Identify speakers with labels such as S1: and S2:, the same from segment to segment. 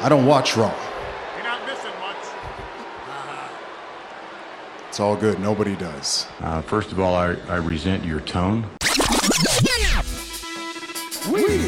S1: I don't watch Raw.
S2: You're not missing much.
S1: It's all good. Nobody does.
S3: Uh, first of all, I, I resent your tone.
S1: We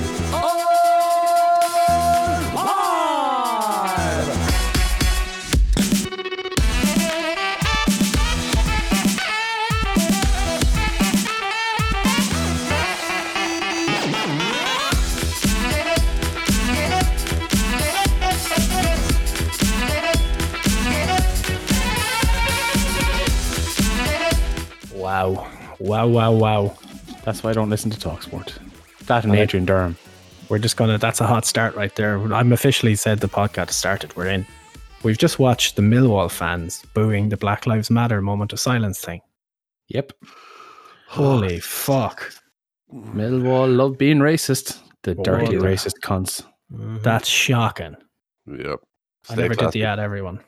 S4: Wow. Wow, wow, wow. That's why I don't listen to Talksport. That and Adrian Durham.
S5: We're just gonna. That's a hot start right there. I'm officially said the podcast started. We're in. We've just watched the Millwall fans booing the Black Lives Matter moment of silence thing.
S4: Yep.
S5: Holy fuck!
S4: Millwall love being racist. The dirty
S5: yeah.
S4: racist cunts. Mm-hmm.
S5: That's shocking.
S6: Yep.
S5: I never did the ad. Everyone.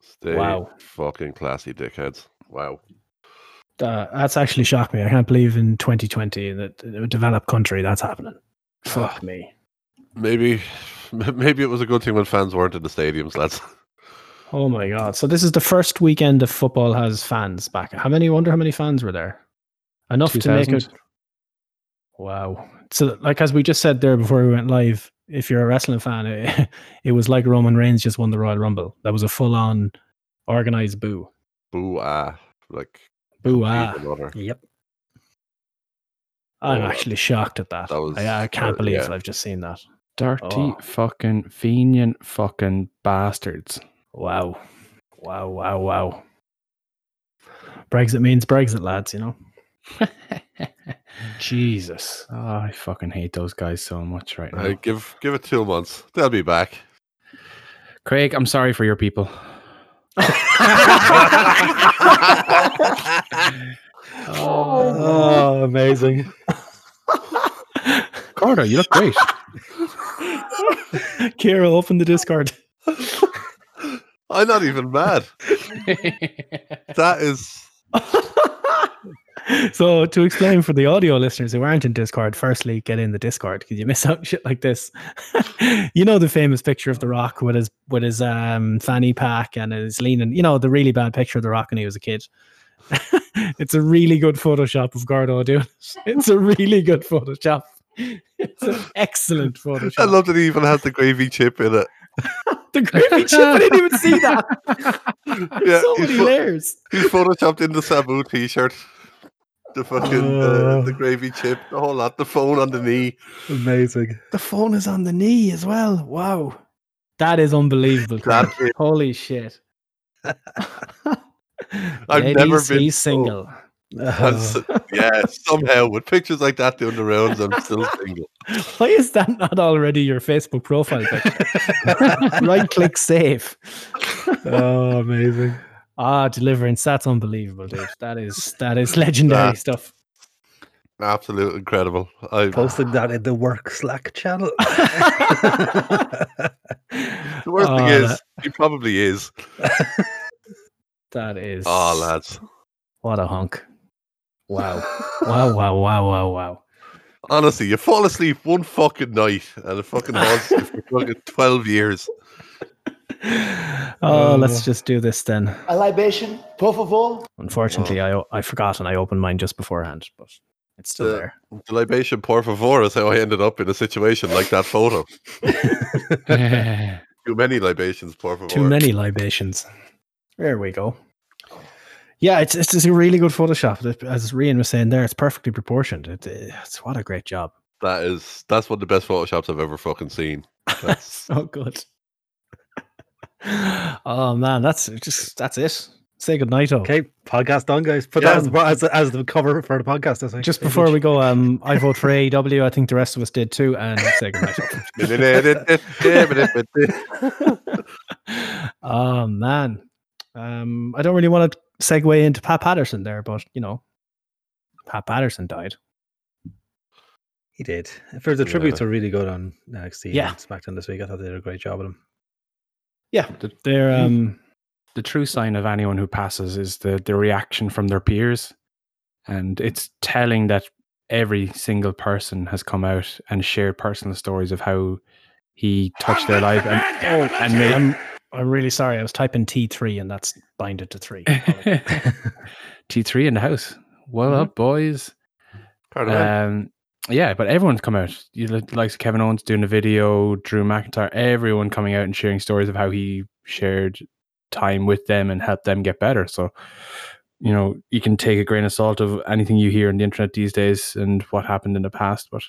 S6: Stay
S5: Wow.
S6: fucking classy, dickheads. Wow.
S5: Uh, that's actually shocked me. I can't believe in 2020 that in a developed country that's happening. Fuck me.
S6: Maybe, maybe it was a good thing when fans weren't in the stadiums, lads.
S5: Oh my god! So this is the first weekend of football has fans back. How many? I Wonder how many fans were there? Enough to make it.
S4: 2000?
S5: Wow! So, like as we just said there before we went live, if you're a wrestling fan, it, it was like Roman Reigns just won the Royal Rumble. That was a full-on organized boo.
S6: Boo ah, like
S5: Boo
S6: beat
S5: ah!
S6: the mother.
S5: Yep. I'm
S6: Oh,
S5: actually shocked at that.
S6: that was-
S5: I, I can't
S6: uh,
S5: believe
S6: yeah.
S5: that I've just seen that.
S4: Dirty
S5: Oh.
S4: fucking fenian fucking bastards.
S5: Wow. Wow, wow, wow. Brexit means Brexit, lads, you know? Jesus.
S4: Oh, I fucking hate those guys so much right now.
S6: Uh, give give it two months. They'll be back.
S4: Craig, I'm sorry for your people.
S5: Oh, amazing.
S4: Cordo, you look great.
S5: Kira, open the Discord.
S6: I'm not even mad. That is
S5: so, to explain for the audio listeners who aren't in Discord, firstly, get in the Discord because you miss out on shit like this. you know the famous picture of The Rock with his with his um, fanny pack and his leaning. You know the really bad picture of The Rock when he was a kid. it's a really good Photoshop of Gordo doing it. It's a really good Photoshop. It's an excellent Photoshop.
S6: I love that he even has the gravy chip in it.
S5: the gravy chip. I didn't even see that.
S6: Yeah,
S5: so
S6: he's,
S5: many
S6: pho-
S5: layers.
S6: he's photoshopped in the Sabu t-shirt. The fucking uh, the gravy chip, the whole lot, the phone on the knee.
S5: Amazing. The phone is on the knee as well. Wow. That is unbelievable.
S6: That
S5: Craig. Holy shit.
S6: I've never
S5: Ladies,
S6: been
S5: he's
S6: so-
S5: single.
S6: And so-
S5: Uh-huh.
S6: yeah, somehow with pictures like that doing the rounds, I'm still single.
S5: Why is that not already your Facebook profile picture? right click save.
S4: oh, amazing.
S5: Ah, deliverance. That's unbelievable, dude. That is that is legendary
S6: That-
S5: stuff.
S6: Absolute incredible. I
S7: posted that in the work Slack channel.
S6: The worst
S5: Oh,
S6: thing is,
S5: that-
S6: he probably is.
S5: that is
S6: Oh, lads.
S5: what a hunk. Wow. Wow, wow, wow, wow, wow.
S6: Honestly, you fall asleep one fucking night and it fucking haunts you for fucking 12 years.
S5: Oh, let's just do this then.
S8: A libation, por favor.
S5: Unfortunately, I I forgot and I opened mine just beforehand, but it's still
S6: Yeah.
S5: there.
S6: The libation, por favor, is how I ended up in a situation like that photo. Too many libations, por favor.
S5: Too many libations. There we go. Yeah, it's it's just a really good Photoshop. As Rian was saying there, it's perfectly proportioned. It, it's what a great job.
S6: That is, that's one of the best photoshops I've ever fucking seen. That's,
S5: So good. oh man, that's just that's it. Say goodnight, oh.
S7: okay, podcast on, guys. Put
S6: Yeah.
S7: that as the, as, the- as the cover for the podcast. I think.
S5: Just before we go, um, I vote for AEW. I think the rest of us did too, and say goodnight. oh. oh man um i don't really want to segue into pat patterson there but you know pat patterson died
S7: he did. For the tributes
S6: Yeah.
S7: were really good on NXT.
S5: Yeah.
S7: and SmackDown this week. I thought they did a great job of them.
S5: yeah they're
S6: Hmm.
S5: um
S4: the true sign of anyone who passes is the, the reaction from their peers. And it's telling that every single person has come out and shared personal stories of how He touched their life and oh, and made
S5: I'm, I'm really sorry. I was typing T3 and that's binded to three.
S4: T3 in the house. Well up, boys.
S6: Cardinal.
S4: Um, yeah, but everyone's come out. You li- likes Kevin Owens doing a video, Drew McIntyre, everyone coming out and sharing stories of how he shared time with them and helped them get better. So, you know, you can take a grain of salt of anything you hear on the internet these days and what happened in the past, but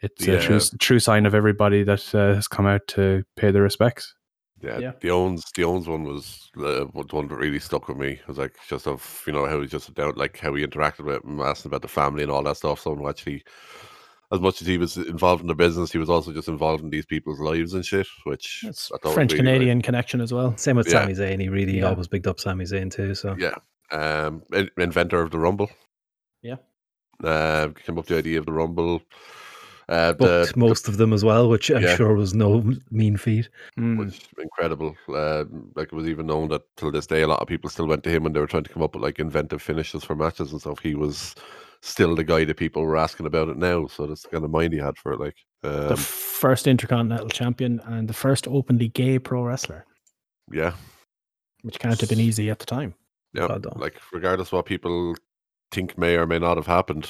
S4: it's a true, true sign of everybody that uh, has come out to pay their respects.
S6: Yeah,
S5: Yeah.
S6: the Owens, the Owens one was uh, was the one that really stuck with me. It was like just of you know how he just down like how he interacted with him, asking about the family and all that stuff. Someone who actually, as much as he was involved in the business, he was also just involved in these people's lives and shit. Which
S5: That's
S6: I thought was
S5: French
S6: really, like-
S5: Canadian connection as well.
S7: Same with
S6: Yeah.
S7: Sami Zayn. He really
S5: Yeah.
S7: always bigged up Sami Zayn too. So
S6: Yeah. um, in- inventor of the Rumble.
S5: Yeah.
S6: uh, came up with the idea of the Rumble. Uh, the,
S7: booked most of them as well, which I'm
S6: yeah.
S7: sure was no mean feat.
S6: was incredible. Um, like it was even known that till this day, a lot of people still went to him when they were trying to come up with like inventive finishes for matches and stuff. He was still the guy that people were asking about it now. So that's the kind of mind he had for it. Like, um,
S5: the first intercontinental champion and the first openly gay pro wrestler,
S6: yeah,
S5: which can't have been easy at the time.
S6: yeah.
S7: Well done.
S6: Like regardless what people think may or may not have happened,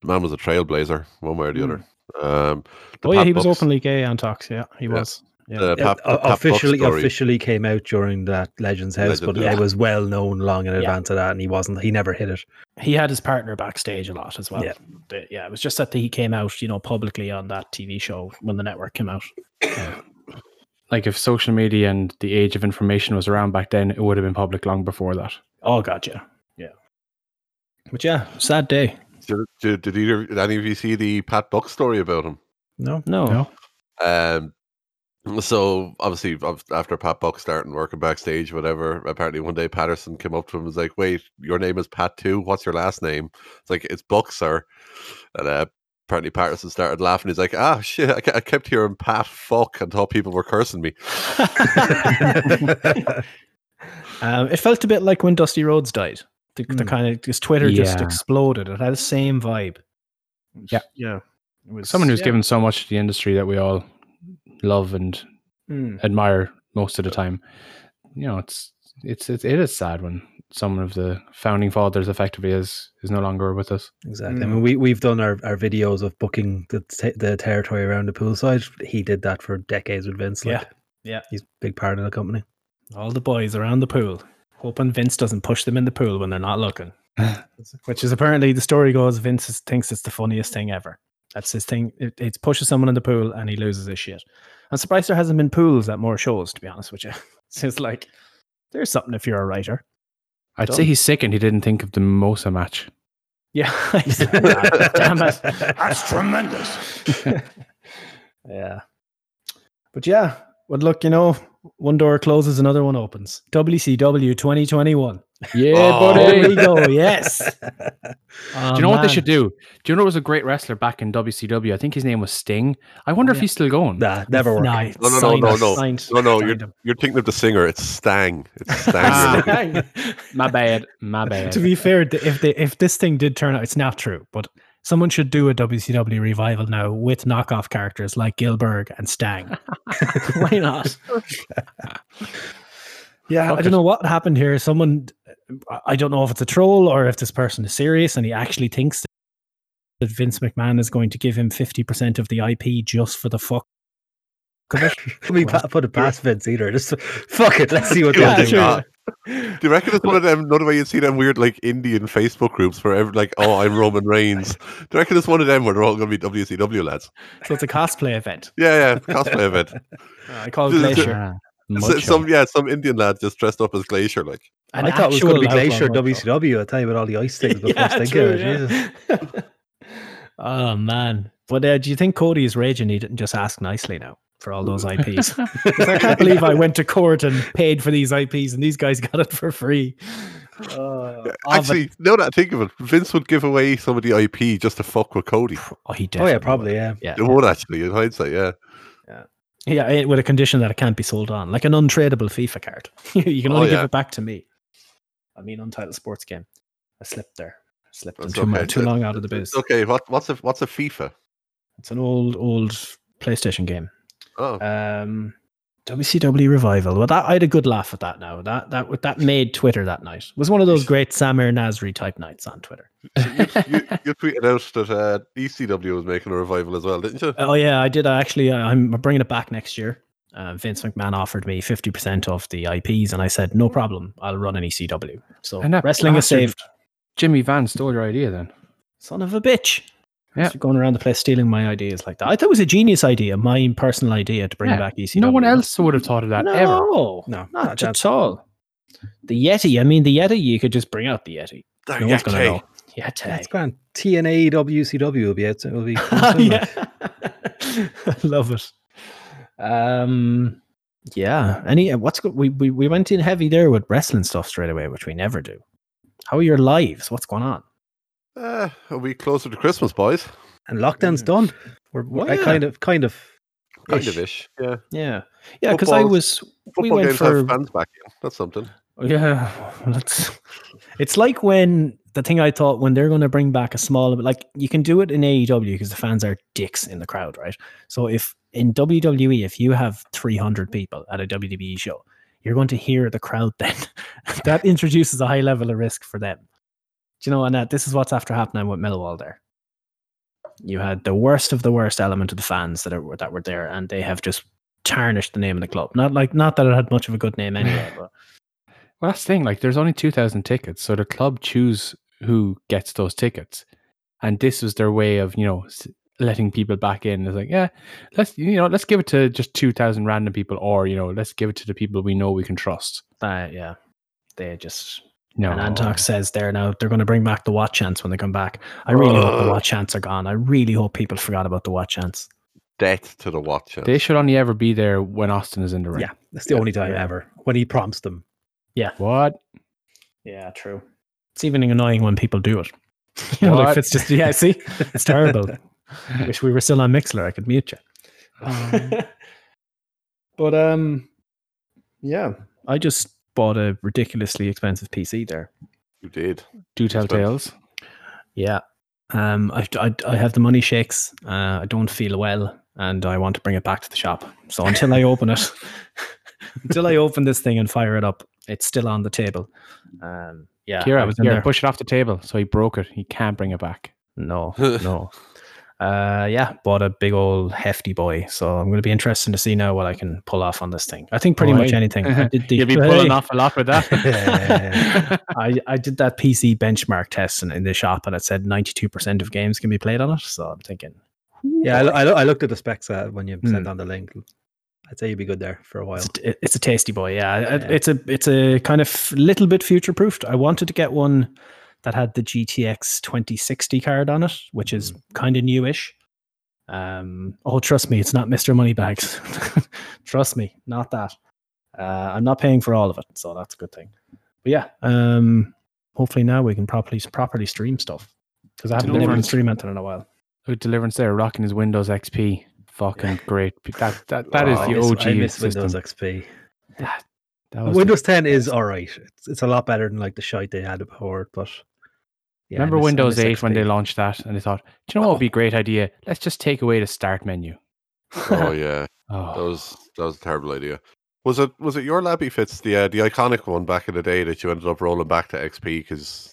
S6: the man was a trailblazer, one way or the other. Um,
S5: Hmm.
S6: the
S5: oh yeah,
S6: Pat
S5: he was
S6: Bucks-
S5: openly gay on Talks. Yeah, he
S6: Yeah.
S5: was. Yeah.
S6: the
S7: Yeah,
S6: Pat- the
S7: o-
S6: Pat Bucks
S7: officially,
S6: story.
S7: officially came out during that Legends House,
S6: Legend
S7: but
S6: House.
S7: it was well known long in
S5: Yeah.
S7: advance of that, and he wasn't. He never hit it.
S5: He had his partner backstage a lot as well.
S7: Yeah.
S5: The- yeah, it was just that he came out, you know, publicly on that TV show when the network came out.
S4: Like if social media and the age of information was around back then, it would have been public long before that.
S5: Oh god, yeah, yeah. But yeah, sad day.
S6: Did, did, did either did any of you see the Pat Buck story about him?
S5: No,
S4: No.
S6: Um, so obviously, af- after Pat Buck starting working backstage, whatever, apparently one day Patterson came up to him and was like, "Wait, your name is Pat too? What's your last name?" It's like it's Buck, sir. And uh, apparently Patterson started laughing. He's like, "Ah, shit! I, ke- I kept hearing Pat fuck and thought people were cursing me."
S5: Um, it felt a bit like when Dusty Rhodes died. The, the
S7: Hmm.
S5: kind of just Twitter just
S4: Yeah.
S5: exploded. It had the same vibe.
S4: Yeah.
S5: yeah. It was
S4: Someone who's
S5: yeah.
S4: given so much to the industry that we all love and
S5: Hmm.
S4: admire most of the time. You know, it's it's it's it is sad when someone of the founding fathers effectively is is no longer with us.
S7: Exactly. I
S5: Mm.
S7: mean, we we've done our, our videos of booking the t- the territory around the poolside. He did that for decades with Vince. Like,
S5: Yeah. Yeah.
S7: He's a big part of the company.
S5: all the boys around the pool, hoping Vince doesn't push them in the pool when they're not looking. Which is apparently the story goes Vince is, thinks it's the funniest thing ever. That's his thing. It, it pushes someone in the pool and he loses his shit. I'm surprised there hasn't been pools at more shows, to be honest with you. It's just like there's something if you're a writer.
S4: I'd
S5: Done.
S4: say he's sick and he didn't think of the Mimosa match.
S5: Yeah, I said that. damn it.
S2: That's tremendous.
S5: Yeah. But yeah, but look, you know, one door closes, another one opens. WCW 2021.
S4: Yeah,
S6: Oh.
S4: buddy.
S5: There we
S4: do
S5: go. Yes. Oh,
S4: you know what they should do? Do you know there was a great wrestler back in WCW? I think his name was Sting. I wonder if
S5: Yeah.
S4: he's still going.
S7: Nah, never worked.
S5: Nah,
S6: No, no, no,
S5: signed,
S6: no, no.
S5: signed,
S6: No, no, you're
S5: signed him.
S6: you're thinking of the singer. It's Stang. It's Stang.
S4: Ah. My bad. My bad.
S5: to be fair, th- if they, if this thing did turn out, it's not true, but someone should do a WCW revival now with knockoff characters like Gilbert and Stang. Why not? yeah,
S4: Fuck
S5: I
S4: it.
S5: don't know what happened here. Someone, I- I don't know if it's a troll or if this person is serious and he actually thinks that Vince McMahon is going to give him 50% of the IP just for the fuck. of it.
S7: We pa- put it past Vince either. Just fuck it. Let's see what
S6: Yeah,
S7: they
S6: sure.
S7: do.
S6: Do you reckon it's one of them? Another way you see them weird like Indian Facebook groups where every, like, oh, I'm Roman Reigns. Do you reckon it's one of them where they're all going to be WCW lads?
S5: so it's a cosplay event.
S6: Yeah, yeah, cosplay of it.
S7: Uh,
S5: I call it
S6: This is-
S5: Glacier.
S4: Ah,
S6: So-
S4: mucho.
S6: some yeah, some Indian lad just dressed up as Glacier. Like,
S5: An
S7: I thought it was going to be
S5: actual
S7: Glacier
S5: outlawed show.
S7: WCW. I tell you, with all the ice things, but
S5: Yeah,
S7: first thing
S5: true,
S7: of it,
S5: yeah.
S7: Jesus.
S5: oh man! But uh, do you think Cody is raging? He didn't just ask nicely now for all those IPs. 'Cause I can't believe I went to court and paid for these IPs, and these guys got it for free. Uh,
S6: actually, now that I think of it, Vince would give away some of the IP just to fuck with Cody.
S5: oh, he
S7: Oh
S5: definitely
S7: yeah, probably yeah.
S5: Yeah,
S6: It would actually, in hindsight, yeah.
S5: yeah, eh, with a condition that it can't be sold on, like an untradeable FIFA card. you can
S6: Oh,
S5: only
S6: yeah.
S5: give it back to me. I mean, untitled sports game. I slipped there. I slipped
S6: That's
S5: too, mu-
S6: okay.
S5: too long out of the biz.
S6: It's okay. What, what's a what's a FIFA?
S5: It's an old, old PlayStation game.
S6: Oh,
S5: Um, WCW revival. Well, that I had a good laugh at that. Now that that that made Twitter that night It was one of those great Samir Nasri type nights on Twitter.
S6: you, you tweeted out that uh, ECW was making a revival as well, didn't you?
S5: Oh yeah, I did. I actually, I- I'm bringing it back next year. Uh, Vince McMahon offered me 50% of the IPs, and I said no problem. I'll run an ECW. So
S4: And that
S5: wrestling is
S4: bastard-
S5: saved.
S4: Jimmy Van stole your idea then.
S5: Son of a bitch.
S4: Yeah.
S5: So going around the place stealing my ideas like that. I thought it was a genius idea, my personal idea to bring
S4: Yeah.
S5: back ECW.
S4: No one else would have thought of that
S5: no,
S4: ever.
S5: No,
S7: No,
S5: not
S7: not
S5: at all. The Yeti. I mean, the Yeti. You could just bring out the Oh, Yeti. No one's gonna know.
S7: That's
S5: Yeti.
S7: grand. TNA WCW will be out. soon- Will be coming
S5: Oh,
S7: soon, like.
S5: yeah. I love it. Um, yeah. Any uh, what's good? We, we we went in heavy there with wrestling stuff straight away, which we never do. How are your lives? What's going on?
S6: Uh, a week closer to Christmas, boys.
S7: And lockdown's done. We're,
S5: Mm. Well,
S7: we're I
S5: yeah.
S7: kind of, kind of.
S6: Kind
S7: Ish.
S6: of ish. Yeah.
S5: Yeah, yeah. Because I
S6: Football's-
S5: was we
S6: Football
S5: went
S6: games
S5: for
S6: have fans back in. That's something.
S5: yeah. That's it's like when the thing I thought when they're going to bring back a small like you can do it in AEW because the fans are dicks in the crowd, right? So if in WWE, if you have 300 people at a WWE show, you're going to hear the crowd then. that introduces a high level of risk for them. Do you know, and that this is what's after happening with Millwall there. You had the worst of the worst element of the fans that are, that were there, and they have just tarnished the name of the club. Not like not that it had much of a good name anyway, but
S4: Well, that's the thing. Like, there's only 2,000 tickets. So the club choose who gets those tickets. And this was their way of, you know, s- letting people back in. It's like, yeah, let's, you know, let's give it to just 2,000 random people or, you know, let's give it to the people we know we can trust.
S5: uh, yeah, they just
S4: No.
S5: And Antox says there now they're going to bring back the watch chants when they come back. I really hope the
S6: Ugh.
S5: watch chants are gone. I really hope people forgot about the watch chants.
S6: Death to the watch.
S4: They should only ever be there when Austin is in the ring.
S7: Yeah, that's the only time ever when he prompts them.
S4: What?
S5: Yeah, true. It's even annoying when people do it. you know, like
S4: What?
S5: it's just yeah. See, it's terrible. Wish we were still on Mixler. I could mute you. Um, but um, yeah, I just bought a ridiculously expensive PC there.
S6: You did.
S4: Do tell tales.
S5: Yeah. Um, I, I, I have the money shakes. Uh, I don't feel well, and I want to bring it back to the shop. So until I open it, until I open this thing and fire it up, it's still on the table. Um, yeah, I
S4: Kira,
S5: was in there.
S4: Kira push it off the table. So he broke it. He can't bring it back.
S5: No, no. Uh, yeah, bought a big old hefty boy. So I'm going to be interested to see now what I can pull off on this thing. I think pretty much
S4: Boy.
S5: anything. I did the,
S4: You'll be
S5: Hey.
S4: pulling off a lot with
S7: Yeah.
S4: that.
S5: I, I did that PC benchmark test in, in the shop, and it said 92% of games can be played on it. So I'm thinking,
S7: Yeah, I, lo- I, lo- I looked at the specs uh, when you sent
S5: Hmm.
S7: on the link. I'd say you'd be good there for a while.
S5: It's, it- it's a tasty boy, yeah. It-
S7: Yeah.
S5: It's a it's a kind of f- little bit future proofed. I wanted to get one that had the GTX 2060 card on it, which is kind of newish. Um, oh, trust me, it's not Mr. Moneybags. trust me, not that. Uh, I'm not paying for all of it, so that's a good thing. But yeah, um, hopefully now we can properly properly stream stuff because I
S4: Do you
S5: haven't
S4: know
S5: been able to
S4: what-
S5: stream anything in a while.
S4: Who Deliverance there, rocking his Windows XP. Fucking great. That that, that is
S6: Oh,
S4: the
S6: I
S7: miss-
S4: OG
S7: I miss
S4: system.
S7: Windows XP.
S4: That was the-
S7: Windows 10 is all right. It's, it's a lot better than like the shite they had before. But yeah, I
S4: Remember
S7: miss- I
S4: Windows
S7: miss
S4: 8 when they
S7: XP.
S4: launched that and they thought, do you know what would be a great idea? Let's just take away the start menu.
S6: Oh yeah, that
S4: Oh,
S6: was that was a terrible idea. Was it was it your labby fits the uh, the iconic one back in the day that you ended up rolling back to XP because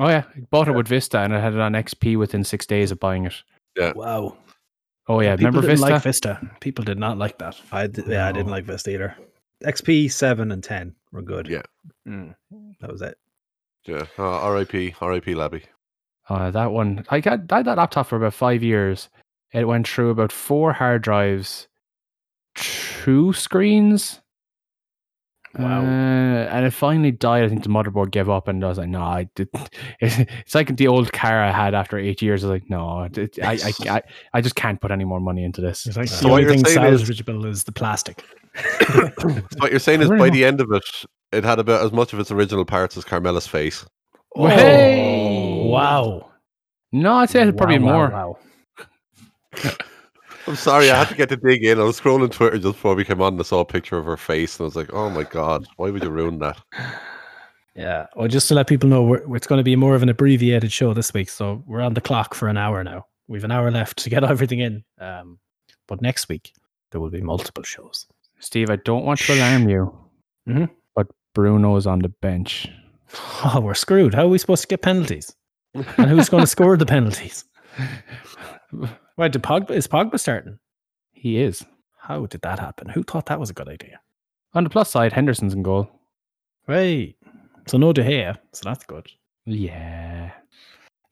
S4: oh yeah. I bought it with Vista and I had it on XP within six days of buying it.
S5: Wow.
S4: Oh yeah.
S5: People
S4: Remember
S5: didn't
S4: Vista?
S5: like Vista. People did not like that.
S7: I d- yeah, I didn't like Vista either. XP 7 and 10 were good.
S6: Yeah.
S7: Hmm.
S4: Mm.
S7: That was it.
S6: yeah, oh, R.I.P. R.I.P. Labby.
S4: Uh, that one, I got I had that laptop for about five years. It went through about four hard drives, two screens.
S5: Wow.
S4: Uh, and it finally died. I think the motherboard gave up, and I was like, "No, I did." It's, it's like the old car I had after eight years. I was like, "No, it- it- I, I, I, I just can't put any more money into this."
S5: It's like
S7: So
S5: the
S6: what
S5: only
S6: you're
S5: thing
S6: saying is-
S5: salvageable is the plastic.
S6: So what you're saying is
S4: really
S6: by
S4: not-
S6: the end of it, it had about as much of its original parts as Carmela's face.
S4: Hey!
S5: Oh, Wow.
S4: No, I'd say I had probably
S5: Wow, wow,
S4: more.
S5: wow.
S6: I'm sorry, I had to get to dig in. I was scrolling Twitter just before we came on and I saw a picture of her face and I was like, oh my god, why would you ruin that?
S5: Yeah. Well, just to let people know, we're, it's going to be more of an abbreviated show this week. So we're on the clock for an hour now. We've an hour left to get everything in. Um, but next week, there will be multiple shows.
S4: Steve, I don't want to alarm you,
S5: Mhm.
S4: but Bruno's on the bench.
S5: Oh, we're screwed. How are we supposed to get penalties? And who's going to score the penalties? Why did Pogba is Pogba starting?
S4: He is.
S5: How did that happen? Who thought that was a good idea?
S4: On the plus side, Henderson's in goal.
S5: Right. So no De Gea. So that's good.
S4: Yeah.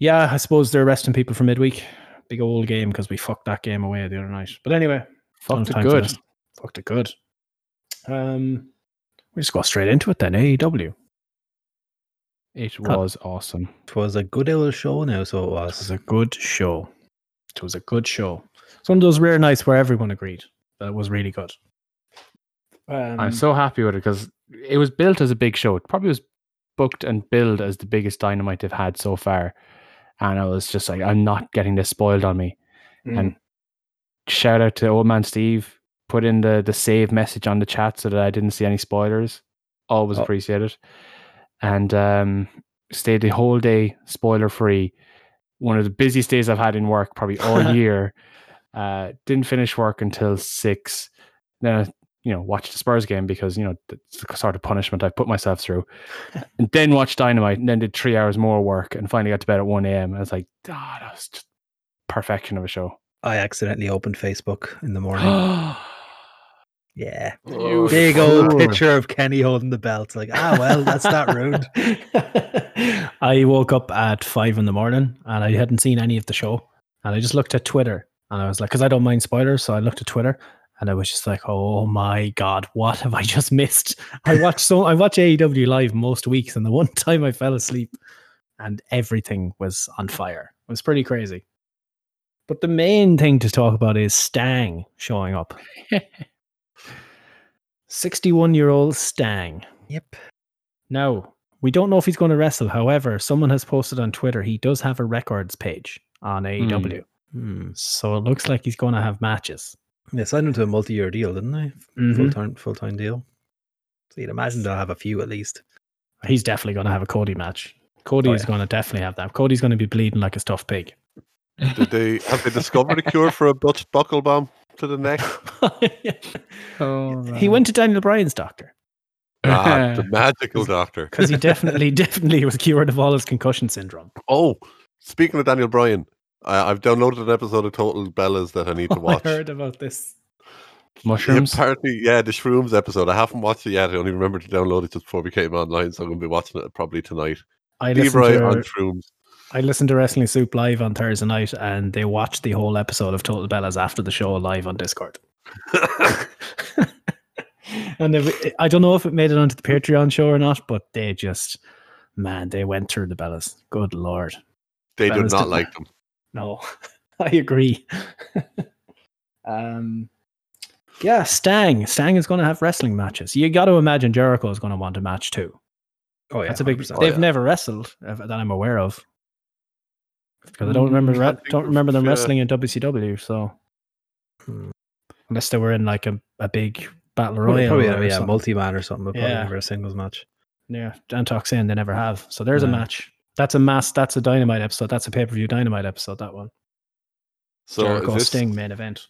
S5: Yeah, I suppose they're resting people for midweek. Big old game because we fucked that game away the other night. But anyway, don't have
S4: Fucked it
S5: time for
S4: good.
S5: this. Fucked it good. Um, we just go straight into it then. E AEW.
S4: It
S5: Cut.
S4: was awesome.
S7: It was a good old show now, so it
S5: It
S7: was.
S5: was a good show. It was a good show. It's one of those rare nights where everyone agreed that it was really good. Um,
S4: I'm so happy with it because it was built as a big show. It probably was booked and billed as the biggest dynamite they've had so far. And I was just like, I'm not getting this spoiled on me. And shout out to old man Steve. Put in the the save message on the chat so that I didn't see any spoilers. Always
S7: Oh.
S4: appreciate it. And um stayed the whole day spoiler free. One of the busiest days I've had in work probably all year. Uh didn't finish work until six. Then I, you know, watched the Spurs game because, you know, that's the sort of punishment I've put myself through. and then watched Dynamite and then did three hours more work and finally got to bed at 1 a.m. And I was like, ah, that was just perfection of a show.
S7: I accidentally opened Facebook in the morning.
S4: you
S7: yeah.
S6: Oh,
S7: Big old
S6: fuck.
S7: picture of Kenny holding the belt. Like, ah, well, that's that rude.
S5: I woke up at five in the morning and I hadn't seen any of the show. And I just looked at Twitter and I was like, because I don't mind spoilers. So I looked at Twitter and I was just like, oh my God, what have I just missed? I watch so I watch AEW live most weeks. And the one time I fell asleep and everything was on fire. It was pretty crazy. But the main thing to talk about is Stang showing up. 61 year old Stang.
S7: Yep.
S5: Now, we don't know if he's going to wrestle. However, someone has posted on Twitter he does have a records page on AEW.
S7: Hmm.
S5: So it looks like he's going to have matches.
S7: They signed him to a multi year deal, didn't they? Full
S5: Mhm.
S7: time full time deal. So you'd imagine they'll have a few at least.
S5: He's definitely going to have a Cody match. Cody
S7: Oh,
S5: is
S7: yeah.
S5: going to definitely have that. Cody's going to be bleeding like a stuffed pig.
S6: Did they have they discovered a cure for a butch buckle bomb to the neck?
S5: he went to Daniel Bryan's doctor
S6: Ah, the magical doctor.
S5: because he definitely, definitely was cured of all his concussion syndrome.
S6: Oh, speaking of Daniel Bryan, I, I've downloaded an episode of Total Bellas that I need to
S5: Oh, I
S6: watch.
S5: heard about this.
S4: mushrooms.
S6: Yeah, apparently, yeah, the shrooms episode. I haven't watched it yet. I only remember to download it just before we came online, so I'm going to be watching it probably tonight.
S5: I listened
S6: Leroy
S5: to-
S6: on shrooms.
S5: I listened to Wrestling Soup live on Thursday night, and they watched the whole episode of Total Bellas after the show live on Discord. and if, I don't know if it made it onto the Patreon show or not, but they just, man, they went through the Bellas. Good lord,
S6: They
S5: That
S6: do
S5: was
S6: not
S5: the-
S6: like them.
S5: no, I agree. um, yeah, Stang, Stang is going to have wrestling matches. You got to imagine Jericho is going to want a match too.
S7: Oh yeah.
S5: That's a big.
S7: 100%.
S5: They've
S6: yeah.
S5: never wrestled uh, that I'm aware of. Because I don't remember
S6: can't
S5: re-
S6: think
S5: don't
S6: of,
S5: remember them
S6: uh,
S5: wrestling in WCW. So
S7: Hmm.
S5: unless they were in like a, a big battle
S7: Probably,
S5: royal,
S7: probably
S5: or
S7: a, yeah,
S5: something.
S7: multi man or something, but probably
S5: Yeah.
S7: never a singles match.
S5: yeah, Dan talks in they never have. So there's a
S7: No.
S5: match. That's a mass. That's a dynamite episode. That's a pay per view dynamite episode. That one.
S6: So
S5: Jericho
S6: is this,
S5: Sting main event.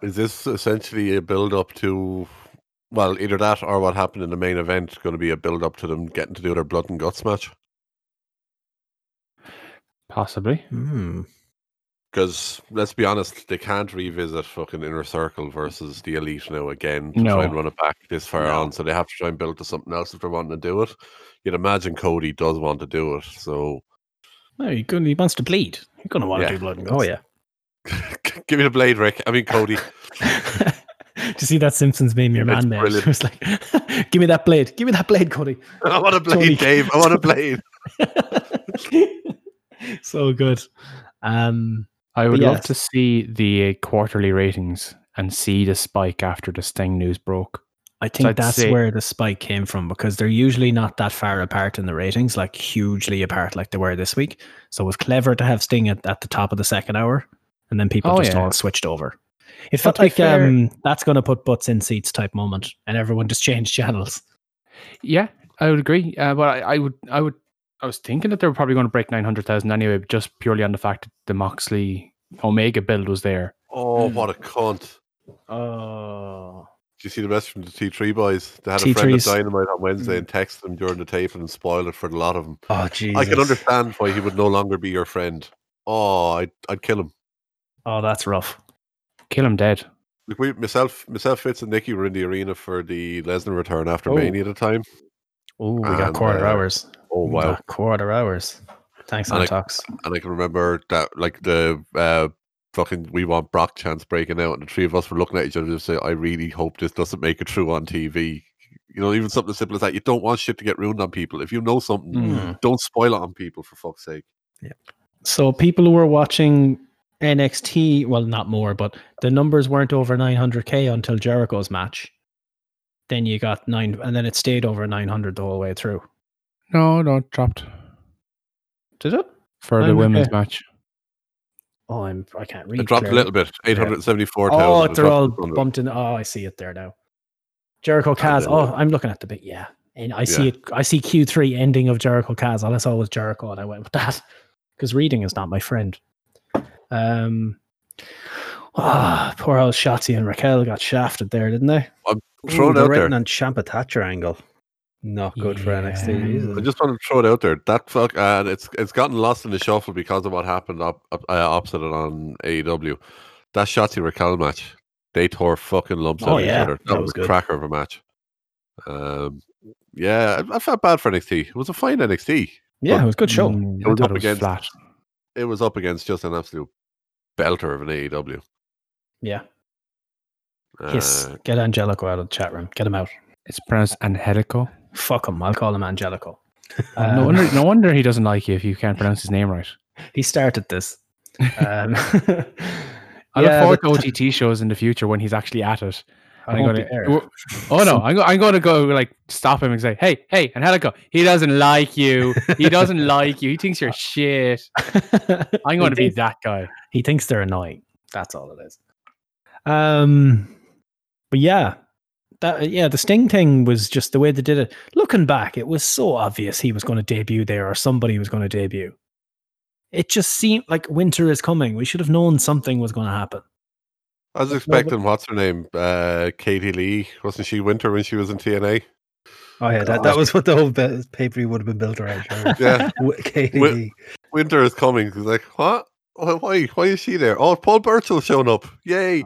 S6: is this essentially a build up to, well, either that or what happened in the main event going to be a build up to them getting to do their blood and guts match?
S4: Possibly.
S7: Hmm.
S6: Because let's be honest, they can't revisit fucking Inner Circle versus the Elite now again to
S4: No.
S6: try and run it back this far on. So they have to try and build to something else if they're wanting to do it. You'd imagine Cody does want to do it. So
S5: No, he, couldn't- he wants to bleed. He's gonna want
S6: Yeah.
S5: to do blood and guts.
S7: Oh yeah.
S6: give me the blade, Rick. I mean, Cody.
S5: Do you see that Simpsons meme your
S6: It's
S5: man made? It
S6: brilliant.
S5: was like, "Give me that blade! Give me that blade, Cody!"
S6: I want to blade,
S5: Tony.
S6: Dave. I want to blade.
S5: so good. Um,
S4: I would love
S5: yes.
S4: to see the uh, quarterly ratings and see the spike after the Sting news broke.
S5: I think
S4: I'd
S5: that's
S4: say-
S5: where the spike came from because they're usually not that far apart in the ratings, like hugely apart, like they were this week. So it was clever to have Sting at, at the top of the second hour, and then people
S4: Oh,
S5: just
S4: yeah.
S5: all switched over. It
S4: But
S5: felt
S4: to be
S5: like
S4: fair-
S5: um, that's going to put butts in seats type moment, and everyone just changed channels.
S4: Yeah, I would agree. Uh, but I, I would, I would, I was thinking that they were probably going to break nine hundred thousand anyway, but just purely on the fact that the Moxley Omega build was there.
S6: Oh, what a cunt.
S5: Oh,
S6: Did you see the message from the T3 boys? They had a friend of
S5: T3s.
S6: Dynamite on Wednesday and texted him during the taping and spoiled it for a lot of them.
S7: Oh, Jesus.
S6: I can understand why he would no longer be your friend. Oh, I'd, I'd kill him.
S5: oh, that's rough.
S4: Kill him dead.
S6: Like we, myself, myself, Fitz, and Nikki were in the arena for the Lesnar return after
S5: Oh.
S6: Mania at the time.
S5: Oh, we got
S6: And,
S5: quarter
S6: uh,
S5: hours.
S6: Oh
S5: We
S6: wow!
S5: got quarter hours. Thanks,
S6: And I-
S5: Antox.
S6: And I can remember that, like the uh, fucking we want Brock chance breaking out, and the three of us were looking at each other and say, "I really hope this doesn't make it through on TV." You know, even something as simple as that. You don't want shit to get ruined on people. If you know something,
S5: Hmm.
S6: don't spoil it on people for fuck's sake.
S5: So people who were watching NXT, well, not more, but the numbers weren't over 900k until Jericho's match. Then you got nine, and then it stayed over 900 the whole way through.
S4: No, no, it dropped
S5: Did it?
S4: for the
S5: I'm
S4: women's
S5: okay.
S4: match.
S5: Oh, I'm, I can't read.
S6: It dropped a
S5: clearly.
S6: little bit, eight hundred seventy-four thousand.
S5: Oh, they're all bumped in. Oh, I see it there now. Jericho Kaz.
S6: then-
S5: Oh, I'm looking at the bit. Yeah, and I see
S6: Yeah.
S5: it. I see Q3 ending of Jericho Kaz. All I saw was Jericho, and I went with that because reading is not my friend. Um. Ah, poor old Shotzi and Raquel got shafted there, didn't they?
S6: thrown
S7: Ooh,
S6: out
S7: the
S6: there.
S7: written on Champa Thatcher angle. Not good for NXT.
S5: Yeah.
S7: Jesus.
S6: I just want to throw it out there. That fuck, and it's it's gotten lost in the shuffle because of what happened up, up uh, opposite it on AEW. That Shotzi Raquel match, they tore fucking lumps
S7: Oh,
S6: out of
S7: yeah.
S6: each other. That,
S7: That
S6: was,
S7: was
S6: a
S7: good.
S6: cracker of a match. Um, yeah, I, I felt bad for NXT. It was a fine NXT.
S5: Yeah, it was a good show.
S4: Mm,
S6: It
S4: I
S6: was
S4: thought
S6: up
S4: it was
S6: against-
S4: flat.
S6: It was up against just an absolute belter of an E AEW.
S5: Yeah.
S6: Uh,
S5: Yes. Get Angelico out of the chat room. Get him out.
S4: It's pronounced Angelico.
S5: Fuck him. I'll call him Angelico.
S4: no
S5: Um,
S4: wonder, no wonder he doesn't like you if you can't pronounce his name right.
S5: he started this. Um,
S4: I
S5: yeah, the-
S4: look forward to OTT shows in the future when he's actually at it.
S5: I
S4: I'm
S5: won't
S4: gonna-
S5: be there.
S4: w- Oh no, I'm, go- I'm going to go like stop him and say, "Hey, hey, Angelico, he doesn't like you. He doesn't like you. He thinks you're shit." I'm going to be
S5: Indeed.
S4: that guy.
S5: He thinks they're annoying. That's all it is. Um, but yeah, that yeah, the Sting thing was just the way they did it. Looking back, it was so obvious he was going to debut there, or somebody was going to debut. It just seemed like winter is coming. We should have known something was going to happen.
S6: I was
S5: That's not-
S6: expecting what's her name, uh, Katie Lee. Wasn't she Winter when she was in TNA?
S7: Oh, yeah, that, that was what the whole pay per view would have been built around. sure.
S6: Yeah.
S7: With KDD.
S6: Wi- Winter is coming. He's like, what? Why- Why? Why is she there? Oh, Paul Burchell's shown up!
S7: Uh,
S6: Yay!
S7: E.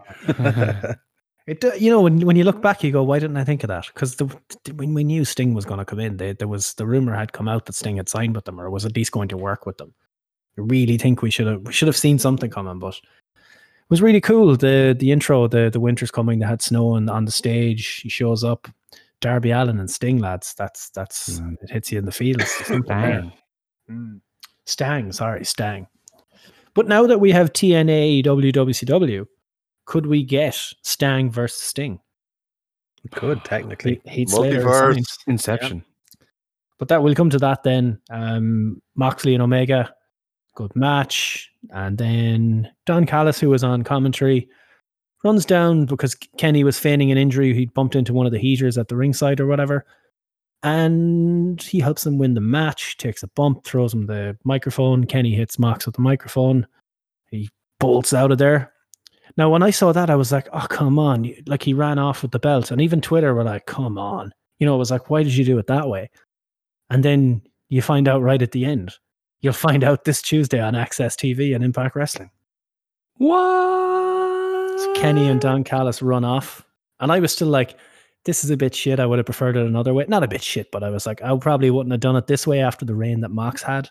S5: It do- you know when when you look back, you go, why didn't I think of that? Because the, the- when we knew Sting was going to come in, they, there was the rumor had come out that Sting had signed with them, or was at least going to work with them. I really think we should have we should have seen something coming, but it was really cool. the The intro, the the winter's coming. They had snow and on the stage. He shows up, Darby Allen and Sting lads. That's that's it hits you in the feels. There's something there. Stang, sorry, Stang. But now that we have TNA WWCW, could we get Stang versus Sting?
S7: Good, technically.
S5: Heat Slater is
S6: Multiverse.
S5: signed.
S4: Inception.
S5: But that we'll come to that then. Um, Moxley and Omega, good match. And then Don Callis, who was on commentary, runs down because Kenny was feigning an injury. He bumped into one of the heaters at the ringside or whatever. And he helps him win the match, takes a bump, throws him the microphone. Kenny hits Mox with the microphone. He bolts out of there. Now, when I saw that, I was like, oh, come on. Like, he ran off with the belt. And even Twitter were like, come on. You know, it was like, why did you do it that way? And then you find out right at the end. You'll find out this Tuesday on Access TV and Impact Wrestling.
S4: What?
S5: So Kenny and Don Callis run off. And I was still like, this is a bit shit. I would have preferred it another way. Not a bit shit, but I was like, I probably wouldn't have done it this way after the rain that Mox had.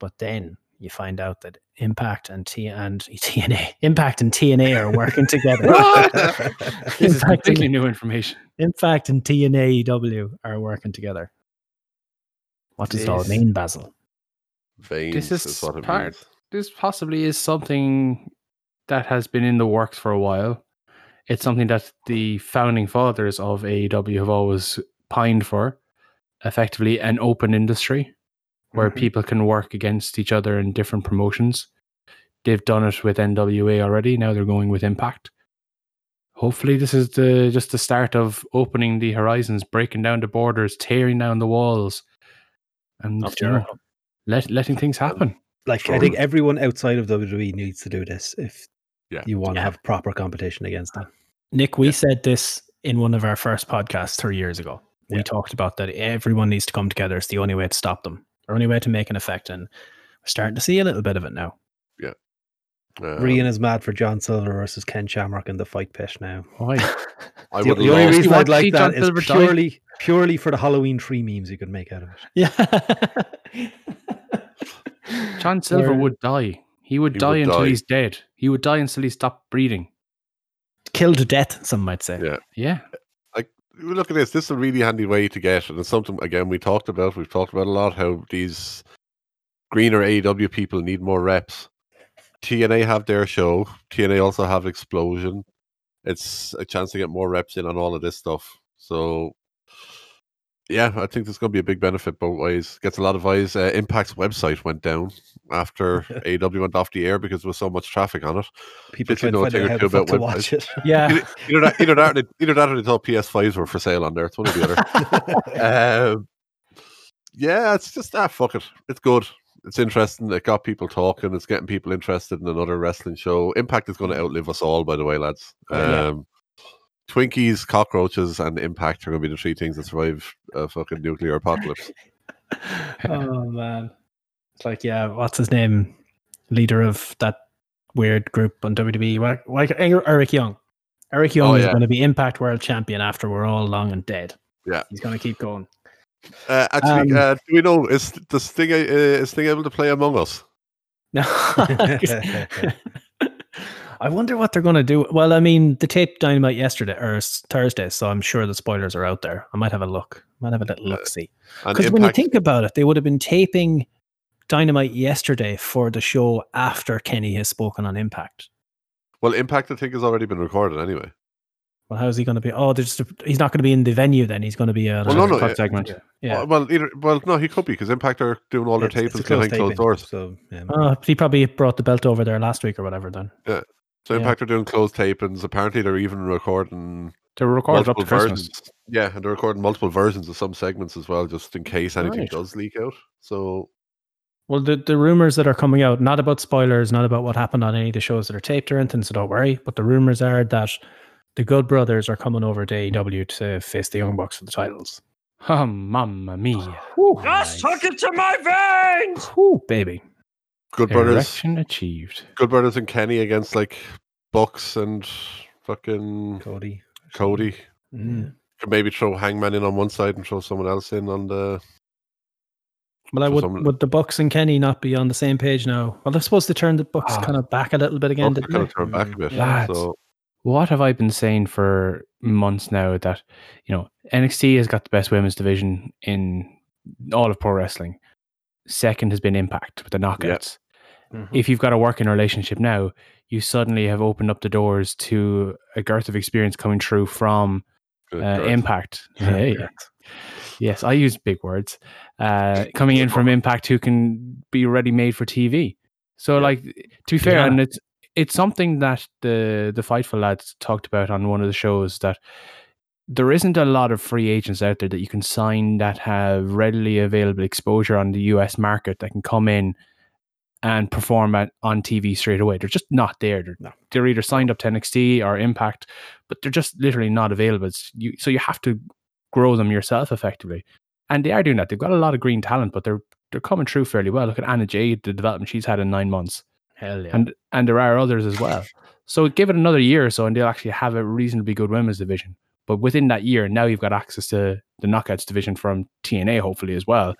S5: But then you find out that Impact and T and TNA, Impact and TNA are working together.
S4: This is
S5: Impact and-
S4: completely new information.
S5: Impact and TNAEW E are working together. What does it all
S4: This-
S5: mean, Basil?
S6: Veins
S4: This is
S6: is what it
S4: part-
S6: means.
S4: This possibly is something that has been in the works for a while. It's something that the founding fathers of AEW have always pined for, effectively an open industry where people can work against each other in different promotions. They've done it with NWA already. Now they're going with Impact. Hopefully, this is the just the start of opening the horizons, breaking down the borders, tearing down the walls, and
S5: Of
S4: you know,
S5: Jericho.
S4: let, letting things happen.
S7: like, I think everyone outside of WWE E needs to do this if
S6: Yeah.
S7: you want to
S5: Yeah.
S7: have proper competition against them.
S5: Nick, we said this in one of our first podcasts three years ago. We talked about that everyone needs to come together. It's the only way to stop them, the only way to make an effect. And we're starting to see a little bit of it now.
S6: Uh,
S7: Rian is mad for John Silver versus Ken Shamrock in the fight pit now.
S4: Why?
S6: I
S7: The,
S6: would
S7: the only
S6: love-
S7: reason
S4: want to
S7: I'd
S4: see
S7: like
S4: John
S7: that is
S4: Silver die?
S7: purely, purely for the Halloween tree memes you could make out of it.
S5: Yeah.
S4: John Silver
S5: Or
S4: would die. He would
S6: He
S4: die
S6: would
S4: until
S6: die.
S4: he's dead. He would die until he stopped breathing.
S5: killed to death, some might say.
S6: Yeah.
S4: Yeah.
S6: look at this. This is a really handy way to get, and it's something again we talked about. We've talked about a lot how these greener AEW people need more reps. TNA have their show. TNA also have Explosion. It's a chance to get more reps in on all of this stuff. So, yeah, I think there's going to be a big benefit both ways. Gets a lot of eyes. Uh, Impact's website went down after AEW went off the air because there was so much traffic on it.
S7: People
S6: Did you
S7: trying to
S6: know a
S7: find
S6: thing
S7: out
S6: or
S7: how
S6: two
S7: the fuck
S6: about
S7: to
S6: websites?
S7: watch it.
S5: Yeah.
S6: either, either that, either that, or they- either that, or they thought PS5s were for sale on there. It's one or the other. um, yeah, it's just ah, fuck it. It's good. It's interesting. It got people talking. It's getting people interested in another wrestling show. Impact is going to outlive us all, by the way, lads. Um,
S5: Oh, Yeah.
S6: Twinkies, cockroaches, and Impact are going to be the three things that survive a fucking nuclear apocalypse.
S5: oh man. It's like, yeah, what's his name? Leader of that weird group on E. WWE. Like, like Eric Young. Eric Young
S6: Oh,
S5: is
S6: yeah.
S5: going to be Impact World Champion after we're all long and dead.
S6: Yeah.
S5: He's going to keep going.
S6: Uh, actually,
S5: Um,
S6: uh, do we know is this thing uh, is thing able to play Among Us?
S5: No. I wonder what they're going to do. Well, I mean, the tape dynamite yesterday or s- Thursday, so I'm sure the spoilers are out there. I might have a look. might have a little look see.
S6: And
S5: Because when you
S6: Uh, Impact,
S5: think about it, they would have been taping Dynamite yesterday for the show after Kenny has spoken on Impact.
S6: well, Impact I think has already been recorded anyway.
S5: Well, how's he going to be? Oh, there's he's not going to be in the venue then. He's going to be on a
S6: Well, no, no,
S4: Cut
S6: uh,
S4: segment.
S5: yeah.
S6: Uh, well, either, well, no, he could be because Impact are doing all their
S7: It's- it's
S6: tapings
S7: a
S6: behind closed
S7: taping,
S6: doors.
S7: So, yeah.
S5: Oh, he probably brought the belt over there last week or whatever. Then
S6: So
S5: yeah.
S6: Impact are doing closed tapings. Apparently, they're even recording
S4: To record up
S6: multiple
S4: to Christmas.
S6: versions. Yeah, and they're recording multiple versions of some segments as well, just in case anything
S5: Right.
S6: does leak out. So
S5: well, the the rumors that are coming out, not about spoilers, not about what happened on any of the shows that are taped or anything. So don't worry. But the rumors are that the Good Brothers are coming over to AEW to face the Young Bucks for the titles.
S4: Oh, mamma mia.
S2: Just hook it to my veins!
S5: Whew, baby.
S6: Good Brothers,
S4: Direction achieved.
S6: Good Brothers, and Kenny against like Bucks and fucking
S7: Cody.
S6: Cody.
S5: Mm.
S6: Could maybe throw Hangman in on one side and throw someone else in on the.
S5: Well, I
S6: So
S5: would.
S6: some-
S5: Would the Bucks and Kenny not be on the same page now? Well, I suppose they turned the Bucks
S4: Ah.
S5: kind of back a little bit again.
S6: Bucks are
S5: Didn't
S6: Oh, kind
S5: they?
S6: of turned back a bit.
S4: Lads.
S6: So
S4: What have I been saying for months now that, you know, NXT has got the best women's division in all of pro wrestling. Second has been Impact with the knockouts.
S7: Mm-hmm.
S4: If you've got a working relationship now, you suddenly have opened up the doors to a girth of experience coming through from
S6: good
S4: uh,
S6: God.
S4: impact. Hey. Yes, I use big words. Uh, coming in from impact, who can be ready made for TV. So, like, to be fair,
S5: Yeah.
S4: and it's it's something that the the Fightful lads talked about on one of the shows that there isn't a lot of free agents out there that you can sign that have readily available exposure on the US market that can come in and perform at, on TV straight away. They're just not there. They're, they're either signed up to NXT or Impact, but they're just literally not available. It's, you, so you have to grow them yourself effectively. And they are doing that. They've got a lot of green talent, but they're they're coming through fairly well. Look at Anna Jade, the development she's had in nine months
S5: Hell yeah.
S4: and and there are others as well. So give it another year or so, and they'll actually have a reasonably good women's division. But within that year, now you've got access to the knockouts division from TNA, hopefully as well.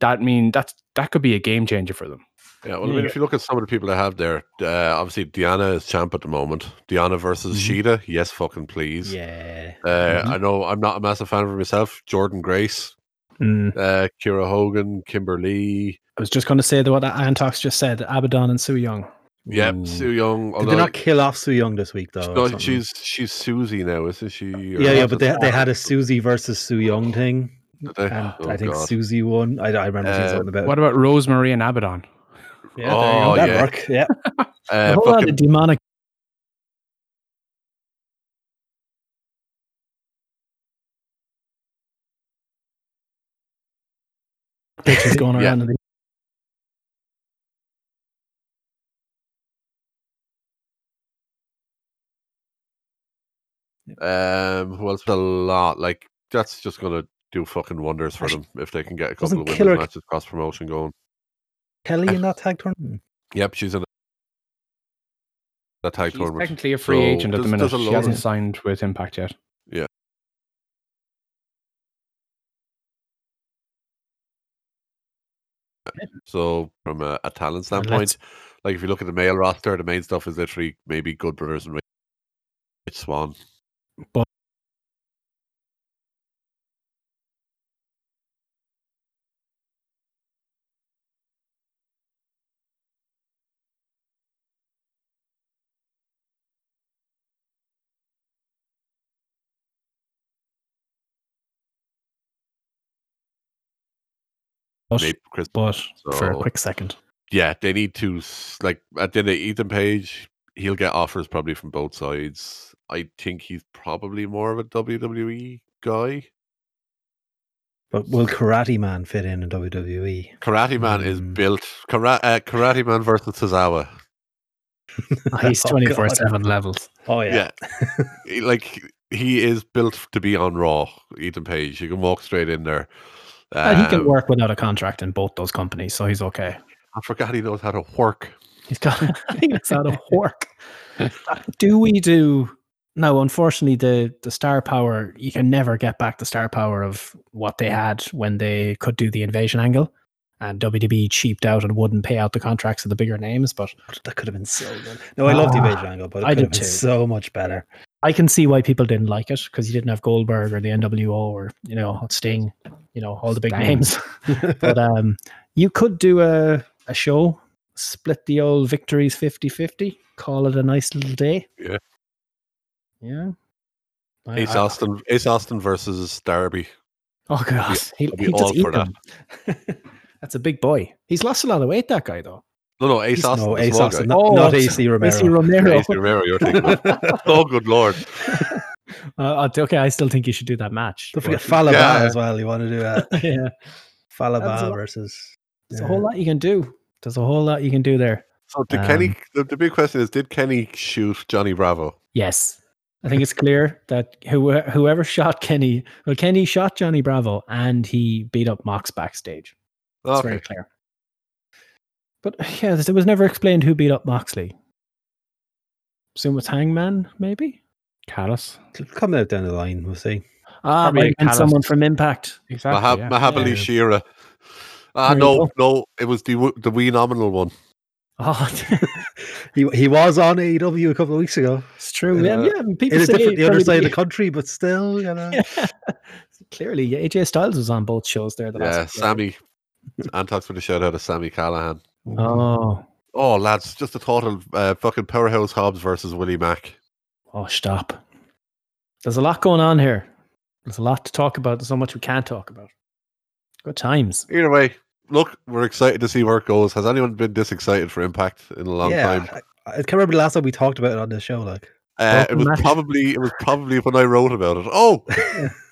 S4: That mean that's that could be a game changer for them.
S6: Yeah, well, I
S7: Hmm.
S6: mean, if you look at some of the people I have there, uh, obviously Diana is champ at the moment. Diana versus Sheeta, yes, fucking please.
S7: Mm-hmm. Yeah. Mm-hmm.
S6: Uh, I know I'm not a massive fan of her myself. Jordan Grace,
S5: Mm.
S6: uh, Kira Hogan, Kimberly,
S5: I was just going to say that what Antox just said, Abaddon and Sue Young.
S6: yep,
S7: Ooh.
S6: Sue Young.
S7: Did
S6: although-
S7: they Mm. not kill off Sue Young this week, though? or
S6: no,
S7: something?
S6: she's she's Susie now, isn't she? Or
S7: Yeah, yeah,
S6: not
S7: but
S6: just-
S7: they, they had a Susie versus Sue Young thing.
S6: Did they?
S7: And
S6: Oh,
S7: I think
S6: God.
S7: Susie won. I, I remember
S6: Uh,
S7: seeing something about
S4: What about Rosemary and Abaddon?
S5: Yeah,
S6: Oh,
S7: that
S6: yeah.
S7: work. Yeah.
S6: Uh,
S5: a whole lot
S6: fucking,
S5: of demonic. Bitches going
S6: Yeah.
S5: around. in the-
S6: Um, who else? A lot. Like that's just gonna do fucking wonders for them if they can get a couple
S7: Wasn't
S6: of women's
S7: Killer-
S6: matches cross promotion going.
S7: Kelly in that tag tournament.
S6: Yep, she's in that tag
S4: She's
S6: tournament.
S4: technically a free
S6: So
S4: agent at the
S6: there's-
S4: minute.
S6: there's a
S4: She
S6: lot
S4: hasn't
S6: of-
S4: signed with Impact yet.
S6: So from a, a talent
S5: And
S6: standpoint, like if you look at the male roster, the main stuff is literally maybe Good Brothers and Rich Rich Swan.
S5: But- But,
S6: maybe Chris.
S5: but for a
S6: So-
S5: quick second.
S6: Yeah, they need to s- like at the end of Ethan Page, he'll get offers probably from both sides. I think he's probably more of a WWE guy.
S7: But will Karate Man fit in E? in WWE?
S6: Karate Man is
S7: Mm.
S6: built. Kara- uh, Karate Man versus Tozawa.
S5: Ah, He's
S7: Oh,
S5: 24
S7: God.
S5: 7 levels.
S7: Oh yeah.
S6: Yeah. He- like he is built to be on Raw. Ethan Page, you can walk straight in there.
S5: Uh, he can
S6: Um,
S5: work without a contract in both those companies, so he's okay.
S6: I forgot he knows how to work.
S5: He's got it's out of work. do we do no, unfortunately the the star power you can never get back the star power of what they had when they could do the invasion angle. And WWE cheaped out and wouldn't pay out the contracts of the bigger names, but
S7: That could have been so good. No, I love the
S5: Ah,
S7: invasion angle, but it
S5: I
S7: could
S5: did
S7: have been
S5: too.
S7: so much better.
S5: I can see why people didn't like it because you didn't have Goldberg or the NWO or you know Sting, you know all the big
S4: Sting.
S5: names. but um, you could do a a show, split the old victories 50-50, call it a nice little day.
S6: Yeah.
S5: yeah. I-
S6: Ace
S5: I-
S6: Austin, Ace Austin versus Darby.
S5: oh god, he,
S6: I'll be
S5: he
S6: all
S5: just eat
S6: for that.
S5: them. That's a big boy. He's lost a lot of weight. That guy though.
S6: No, no, Ace Austin.
S7: no,
S6: the
S7: Ace
S6: small
S7: Austin,
S6: guy.
S7: not,
S5: Oh,
S7: not
S5: that's-
S7: AC Romero.
S5: Missy Romero.
S6: Ace Romero, you're thinking. of. oh, good lord!
S5: Uh, okay, I still think you should do that match.
S7: Don't forget
S5: but-
S7: Falaba
S6: Yeah.
S7: as well. You want to do that?
S5: yeah. That's a
S7: Falaba
S5: lot.
S7: versus.
S5: There's
S7: Yeah.
S5: a whole lot you can do. There's a whole lot you can do there.
S6: So, did
S5: Um,
S6: Kenny? The, the big question is, did Kenny shoot Johnny Bravo?
S5: Yes. I think it's clear that who, whoever shot Kenny, well, Kenny shot Johnny Bravo and he beat up Mox backstage. It's very
S6: Okay,
S5: clear. But yeah, it was never explained who beat up Moxley. Assume it's Hangman, maybe?
S4: Callus.
S7: It'll Come out down the line, we'll see.
S5: Ah,
S4: Probably
S5: might have been
S4: Callis.
S5: someone from Impact.
S4: Exactly.
S6: Mahab-
S4: yeah.
S6: Mahabali
S5: Yeah.
S6: Shearer. Ah,
S5: There you
S6: no,
S5: go.
S6: no, it was the w- the wee nominal one.
S5: Oh,
S7: He he was on AEW a couple of weeks ago.
S5: it's true. Yeah,
S7: Uh,
S5: yeah. People
S7: in a
S5: say
S7: different, the other
S5: probably-
S7: side of the country, but still, you know.
S5: Clearly, yeah, AJ Styles was on both shows there. The
S6: Yeah,
S5: last
S6: Sammy. Antox for the shout out of Sammy Callahan.
S5: Oh,
S6: Oh, lads, just the thought of uh, fucking powerhouse Hobbs versus Willie Mack.
S5: Oh, stop. There's a lot going on here. There's a lot to talk about. There's so much we can't talk about. Good times.
S6: Either way, look, we're excited to see where it goes. Has anyone been this excited for Impact in a long
S7: yeah,
S6: time?
S7: I, I can't remember the last time we talked about it on the show. Like,
S6: Uh, it
S5: Welcome
S6: was
S5: back.
S6: probably it was probably when I wrote about it. Oh,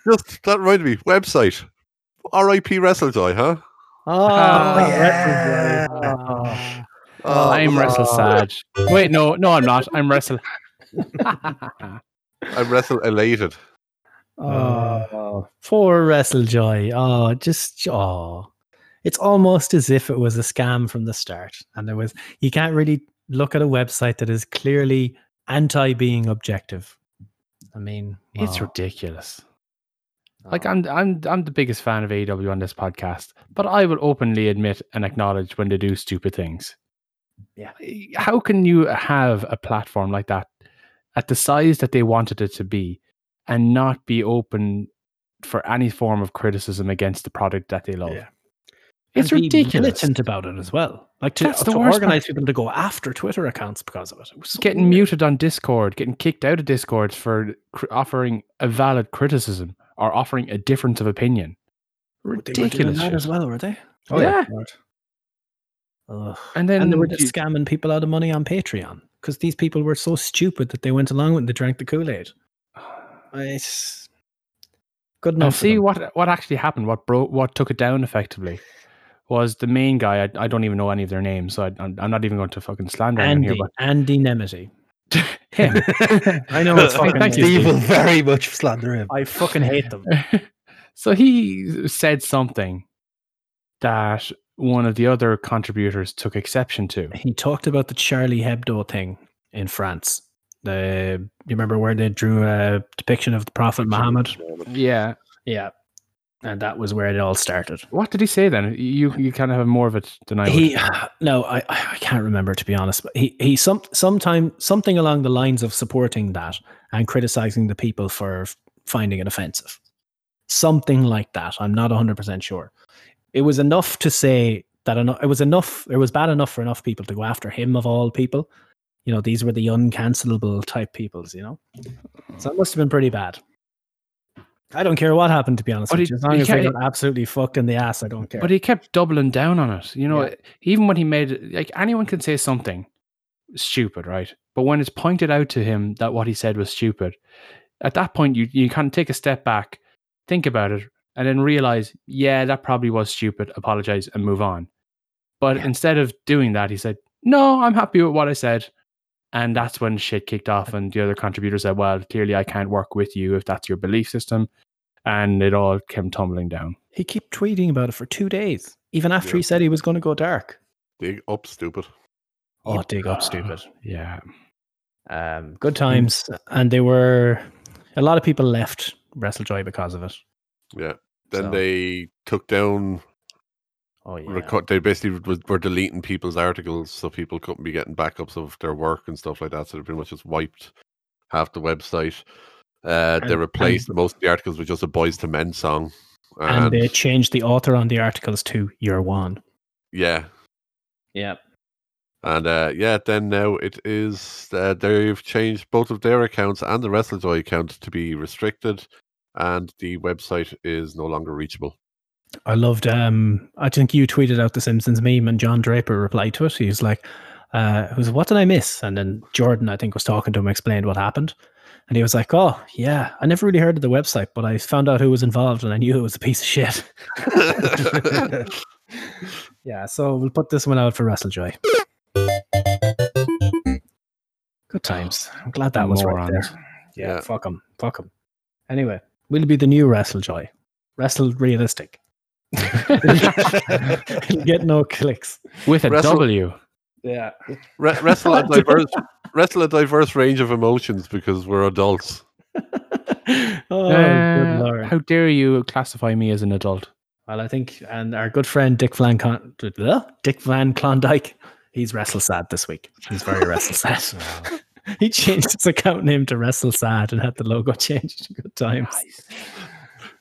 S6: just that reminded me. Website, R.I.P. WrestleJoy, huh?
S5: Oh,
S7: yeah.
S6: Oh,
S4: I'm
S6: was
S4: Wrestle Sad. Wait, no, no, I'm not. I'm Wrestle.
S6: I- I'm wrestle elated.
S5: Oh, poor WrestleJoy. Oh, just, oh. It's almost as if it was a scam from the start. And there was, you can't really look at a website that is clearly anti being objective. I
S7: Um,
S5: mean,
S4: It's
S5: wow.
S4: ridiculous. Oh. Like I'm, I'm, I'm the biggest fan of AEW on this podcast, but I will openly admit and acknowledge when they do stupid things.
S5: Yeah.
S4: How can you have a platform like that at the size that they wanted it to be, and not be open for any form of criticism against the product that they love?
S7: Yeah.
S4: It's
S5: and be
S4: ridiculous.
S5: militant about it as well. Like to,
S4: That's the
S5: to
S4: worst
S5: organize
S4: part.
S5: people to go after Twitter accounts because of it. It was so
S4: Getting
S5: weird.
S4: muted on Discord, getting kicked out of Discord for cr- offering a valid criticism or offering a difference of opinion.
S5: They were doing
S4: Ridiculous.
S5: that
S4: shit.
S5: as well, were they?
S4: Oh, yeah.
S5: Ugh.
S4: And then
S5: And they were just
S4: you-
S5: scamming people out of money on Patreon because these people were so stupid that they went along with it and they drank the Kool Aid. It's good
S4: Now
S5: enough. for
S4: see
S5: them.
S4: what what actually happened. What broke, what took it down effectively, was the main guy. I, I don't even know any of their names, so I, I'm, I'm not even going to fucking slander him
S5: Andy,
S4: here. But
S5: Andy Nemity. him. I know it's fucking
S4: Thank you,
S7: Steve
S4: Steve.
S7: will very much slander him.
S5: I fucking hate them.
S4: so he said something that one of the other contributors took exception to.
S5: He talked about the Charlie Hebdo thing in France. The you remember where they drew a depiction of the Prophet Muhammad?
S4: Yeah.
S5: Yeah, and that was where it all started.
S4: What did he say then? You you kind of have more of it than I. would.
S5: he no I, I can't remember to be honest but he he some sometime something along the lines of supporting that and criticizing the people for f- finding it offensive something like that i'm not 100% sure it was enough to say that eno- it was enough it was bad enough for enough people to go after him of all people you know these were the uncancelable type peoples you know so that must have been pretty bad I don't care what happened, to be honest
S4: But
S5: with
S4: he-
S5: you. As long
S4: he
S5: as they
S4: can't-
S5: got absolutely fucked in the ass, I don't care.
S4: But he kept doubling down on it. You know,
S5: Yeah.
S4: even when he made like anyone can say something stupid, right? But when it's pointed out to him that what he said was stupid, at that point you you kind of take a step back, think about it, and then realize, yeah, that probably was stupid. Apologize and move on. But instead of doing that, he said, "No, I'm happy with what I said." And that's when shit kicked off, and the other contributor said, "Well, clearly I can't work with you if that's your belief system," and it all came tumbling down.
S5: He kept tweeting about it for two days, even after
S6: Yeah.
S5: he said he was going to go dark.
S6: Dig up, stupid.
S5: Oh, dig up, stupid.
S4: Yeah,
S5: Um, good
S4: Mm.
S5: times, and they were a lot of people left WrestleJoy because of it.
S6: Yeah. Then
S5: So-
S6: they took down.
S5: Oh yeah,
S6: Record, they basically was, were deleting people's articles, so people couldn't be getting backups of their work and stuff like that. So they pretty much just wiped half the website. Uh,
S5: And-
S6: they
S5: and-
S6: replaced most of the articles with just a boys to men song.
S5: and
S6: And,
S5: they changed the author on the articles to Year One.
S6: yeah,
S5: Yeah,
S6: And uh, yeah, then now it is uh, they've changed both of their accounts and the WrestleJoy account to be restricted, and the website is no longer reachable.
S5: I loved. Um, I think you tweeted out the Simpsons meme, and John Draper replied to it. He was like, uh, "Who's what did I miss?" And then Jordan, I think, was talking to him, explained what happened, and he was like, "Oh yeah, I never really heard of the website, but I found out who was involved, and I knew it was a piece of shit." yeah, so we'll put this one out for WrestleJoy. Good times. I'm glad that was right
S4: Morons.
S5: there. Yeah,
S6: Yeah.
S5: fuck them. Fuck them. Anyway, we'll be the new WrestleJoy. Wrestle realistic. It'll Get no clicks.
S4: with a
S6: Wrestle-
S4: W.
S5: Yeah.
S6: Re- wrestle a diverse, wrestle a diverse range of emotions because we're adults.
S5: oh,
S4: Uh,
S5: good lord.
S4: how dare you classify me as an adult?
S5: Well, I think, and our good friend Dick Van Con- bleh, Dick Van Klondike, he's wrestle sad this week. He's very wrestle sad. he changed his account name to wrestle sad and had the logo changed. Good times.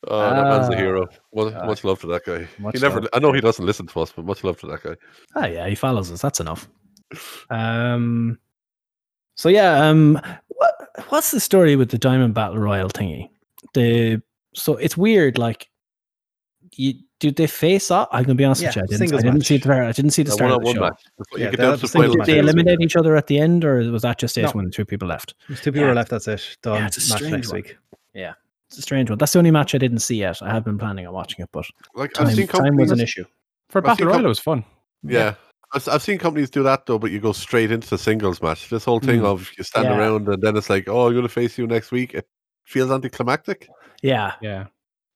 S6: Oh, that man's a
S5: Ah,
S6: hero. Much,
S5: God.
S6: much love to that guy.
S5: Much
S6: he never.
S5: love
S6: I know he doesn't listen to us, but much love to that guy.
S5: Oh yeah, he follows us. That's enough. Um. So yeah, um, what what's the story with the Diamond Battle Royal thingy? The so it's weird. Like, you do they face off? I'm gonna be honest
S7: Yeah,
S5: with you. I didn't, I
S7: singles
S5: didn't
S7: match.
S5: see the I didn't see the
S6: A
S5: start of the
S6: one-on-one
S5: show.
S6: match. You
S7: Yeah,
S6: get
S7: that
S6: down
S7: was
S6: to
S7: single
S6: final
S5: Did
S7: match.
S5: they
S6: two.
S5: eliminate each other at the end, or was that just it
S7: No.
S5: when the two people left?
S7: There's two people
S5: Yeah.
S7: were left. That's it. Done.
S5: Yeah, it's a
S7: match
S5: strange
S7: next
S5: one.
S7: week.
S5: It's a strange one. That's the only match I didn't see yet. I have been planning on watching it, but
S6: Like I've
S5: time,
S6: seen
S5: time was
S6: companies-
S5: an issue.
S4: For
S6: I
S4: Battle
S6: think
S4: Royal,
S6: I'm-
S4: it was fun.
S6: Yeah. I've, I've seen companies do that though, but you go straight into the singles match. This whole thing
S5: Mm.
S6: of you stand
S5: Yeah.
S6: around and then it's like, oh, I'm going to face you next week. It feels anticlimactic.
S5: Yeah,
S4: Yeah.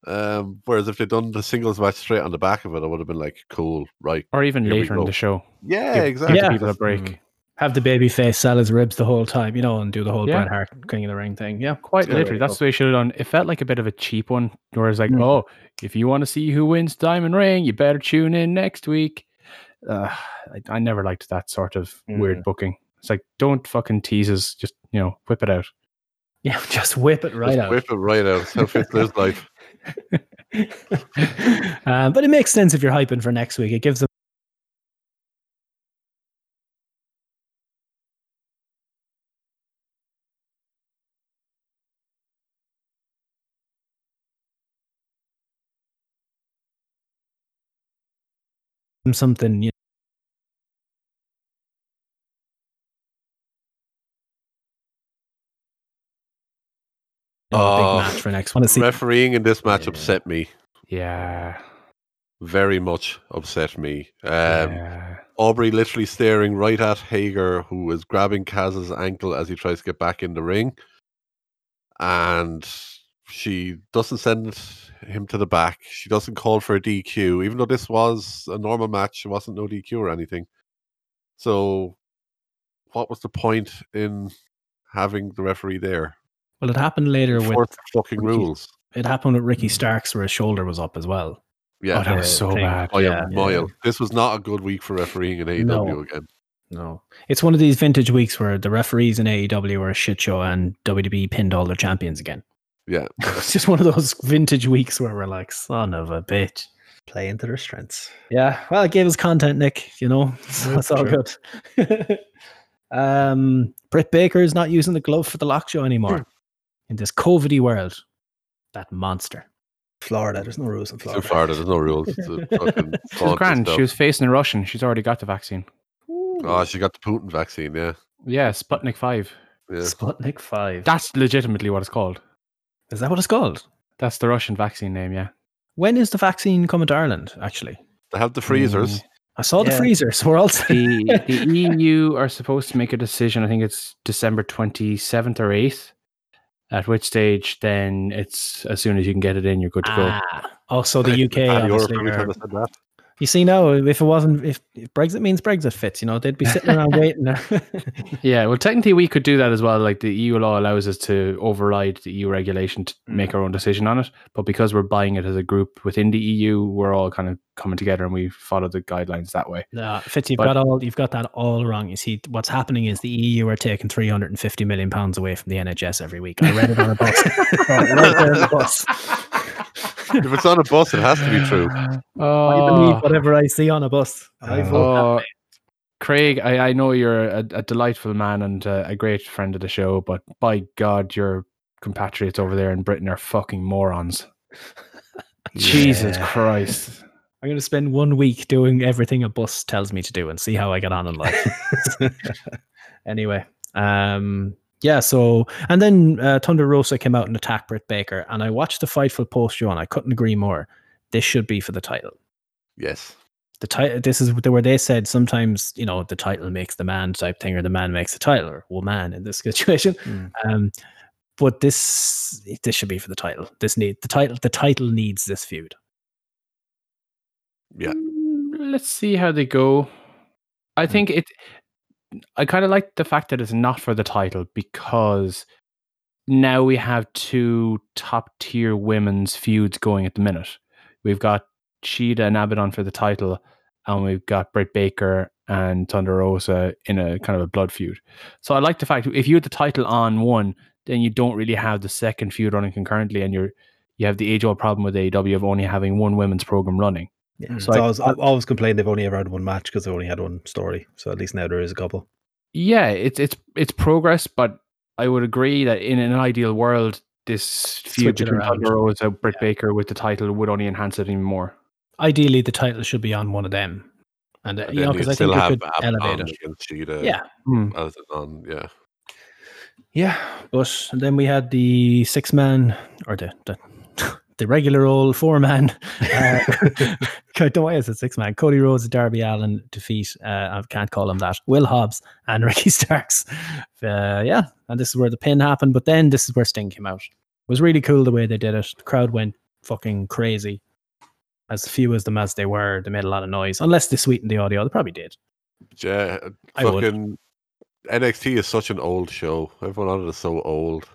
S6: Um, whereas if they'd done the singles match straight on the back of it, I would have been like, cool, right.
S4: Or even
S6: Here we
S4: later in
S6: go.
S4: the show.
S6: Yeah,
S4: Give-
S6: exactly.
S4: Give
S5: Yeah.
S4: people a
S6: That's-
S4: break.
S5: Mm. have the baby face sell his ribs the whole time, you know, and do the whole
S4: Yeah.
S5: Bret Hart King of the Ring thing. Yeah,
S4: Quite
S6: Yeah.
S4: literally. That's what they should have done. It felt like a bit of a cheap one. Whereas like,
S5: Mm.
S4: oh, if you want to see who wins Diamond Ring, you better tune in next week. Uh, I, I never liked that sort of
S6: Mm.
S4: weird booking. It's like, don't fucking tease us. Just, you know, whip it out.
S5: yeah, just whip it right
S6: just
S5: out.
S6: Whip it right out. It's How fit lives life.
S5: um, but it makes sense if you're hyping for next week. It gives them. Something you know,
S6: Oh,
S5: a big match for next. Want to see
S6: Refereeing in this match
S4: Yeah.
S6: upset me
S4: Yeah.
S6: very much. Upset me. Um,
S4: yeah.
S6: Aubrey literally staring right at Hager, who is grabbing Kaz's ankle as he tries to get back in the ring. And she doesn't send him to the back. She doesn't call for a DQ, even though this was a normal match. It wasn't no DQ or anything. So, what was the point in having the referee there?
S5: Well, it happened later with
S6: Fourth fucking
S5: Ricky-
S6: rules.
S5: it happened with Ricky Starks where his shoulder was up as well.
S6: Yeah.
S4: oh, that was so
S5: thing.
S4: bad.
S6: By a
S5: yeah, yeah.
S6: mile. This was not a good week for refereeing in AEW
S5: No.
S6: again.
S5: No, it's one of these vintage weeks where the referees in AEW are a shit show and WWE pinned all their champions again.
S6: Yeah.
S5: It's just one of those vintage weeks where we're like, son of a bitch.
S7: Play into their strengths.
S5: Yeah, well, it gave us content, Nick. You know, so
S7: Yeah,
S5: it's all
S7: sure.
S5: good. um, Britt Baker is not using the glove for the lock show
S6: Hmm.
S5: anymore in this COVIDy world. That monster.
S7: Florida. There's no rules in
S6: Too
S7: Florida.
S6: far. There's no rules. It's a
S4: She
S6: fucking
S4: was
S6: thought
S4: grand.
S6: stuff.
S4: She was facing a Russian. She's already got the vaccine.
S6: Oh, she got the Putin vaccine. Yeah.
S4: Yeah, Sputnik 5.
S6: Yeah.
S5: Sputnik Five.
S4: That's legitimately what it's called.
S5: Is that what it's called?
S4: That's the Russian vaccine name, yeah.
S5: When is the vaccine coming to Ireland? Actually,
S6: They have the freezers.
S5: I saw the
S7: Yeah.
S5: freezer, so we're all
S4: The, the EU are supposed to make a decision, I think it's December 27th or 8th, at which stage then it's as soon as you can get it in, you're good to go.
S5: Ah, also the UK.
S6: Had Europe
S5: obviously,
S6: every
S5: are-
S6: time I said that.
S5: You see, now if it wasn't, if, if Brexit means Brexit fits, you know, they'd be sitting around waiting.
S4: Yeah, well, technically we could do that as well. Like the EU law allows us to override the EU regulation to make our own decision on it. But because we're buying it as a group within the EU, we're all kind of coming together and we follow the guidelines that way.
S5: No, Fitz, you've
S4: But-
S5: got all you've got that all wrong. You see, what's happening is the EU are taking three hundred and fifty million pounds away from the NHS every week. I read it on a bus. Right there on the bus.
S6: If it's on a bus, it has to be true.
S5: I believe
S4: Oh,
S5: whatever I see on a bus. I
S7: Oh.
S5: vote.
S4: oh, Craig, I, I know you're a, a delightful man and uh, a great friend of the show, but by God, your compatriots over there in Britain are fucking morons. Jesus
S7: Yeah.
S4: Christ.
S5: I'm going to spend one week doing everything a bus tells me to do and see how I get on in life. anyway, um, yeah. So, and then uh, Thunder Rosa came out and attacked Britt Baker, and I watched the Fightful post show, and I couldn't agree more. This should be for the title.
S6: Yes.
S5: the title this is where they said sometimes you know the title makes the man type thing or the man makes the title or woman in this situation
S6: Hmm.
S7: Mm.
S5: um but this this should be for the title this need the title the title needs this feud
S6: Yeah.
S4: Mm, Let's see how they go. I think it. I kind of like the fact that it's not for the title because now we have two top tier women's feuds going at the minute. We've got Sheeta and Abaddon for the title, and we've got Britt Baker and Thunder Rosa in a kind of a blood feud. So I like the fact if you had the title on one, then you don't really have the second feud running concurrently, and you're you have the age old problem with AEW of only having one women's program running.
S7: Yeah.
S4: So
S7: So
S4: I-
S7: I, always, I always complained they've only ever had one match because they only had one story. So at least now there is a couple.
S4: yeah, it's it's it's progress, but I would agree that in an ideal world, this feud
S5: Switch it
S4: between
S5: around.
S4: Thunder Rosa, Britt Baker with the title would only enhance it even more.
S5: ideally the title should be on one of them and, uh,
S6: And
S5: you know
S6: then
S5: because i
S6: you'd
S5: think
S6: still
S5: you
S6: have
S5: could
S6: Ab-
S5: elevate
S6: on
S5: it
S6: against Cheetah
S5: yeah
S6: As it on, yeah.
S5: yeah but and then we had the six man or the the, the regular old four man uh, I don't know why I said six man. Cody Rhodes, Darby Allen defeat. Uh, I can't call him that. Will Hobbs and Ricky Starks. Uh, yeah, and this is where the pin happened. But then this is where Sting came out. It was really cool the way they did it. The crowd went fucking crazy. As few as them as they were, they made a lot of noise. Unless they sweetened the audio, they probably did.
S6: Yeah.
S5: I would.
S6: Fucking NXT is such an old show. Everyone on it is so old.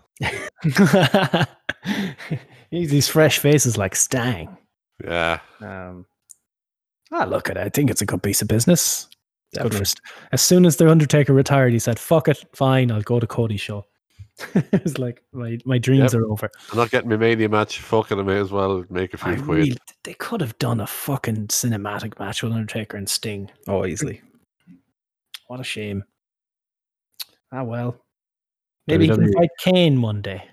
S5: He's these fresh faces like Stang.
S6: Yeah.
S5: Um, ah, look at it. I think it's a good piece of business. Good
S7: Definitely.
S5: for st- as soon as the Undertaker retired, he said, "Fuck it, fine, I'll go to Cody's show." it was like my my dreams
S6: Yep.
S5: are over.
S6: I'm not getting my mania match. Fucking, I may as well make a
S5: I
S6: few quid.
S5: really, they could have done a fucking cinematic match with Undertaker and Sting.
S7: Oh, easily.
S5: What a shame. Ah well, maybe he can
S4: WWE.
S5: fight Kane one day.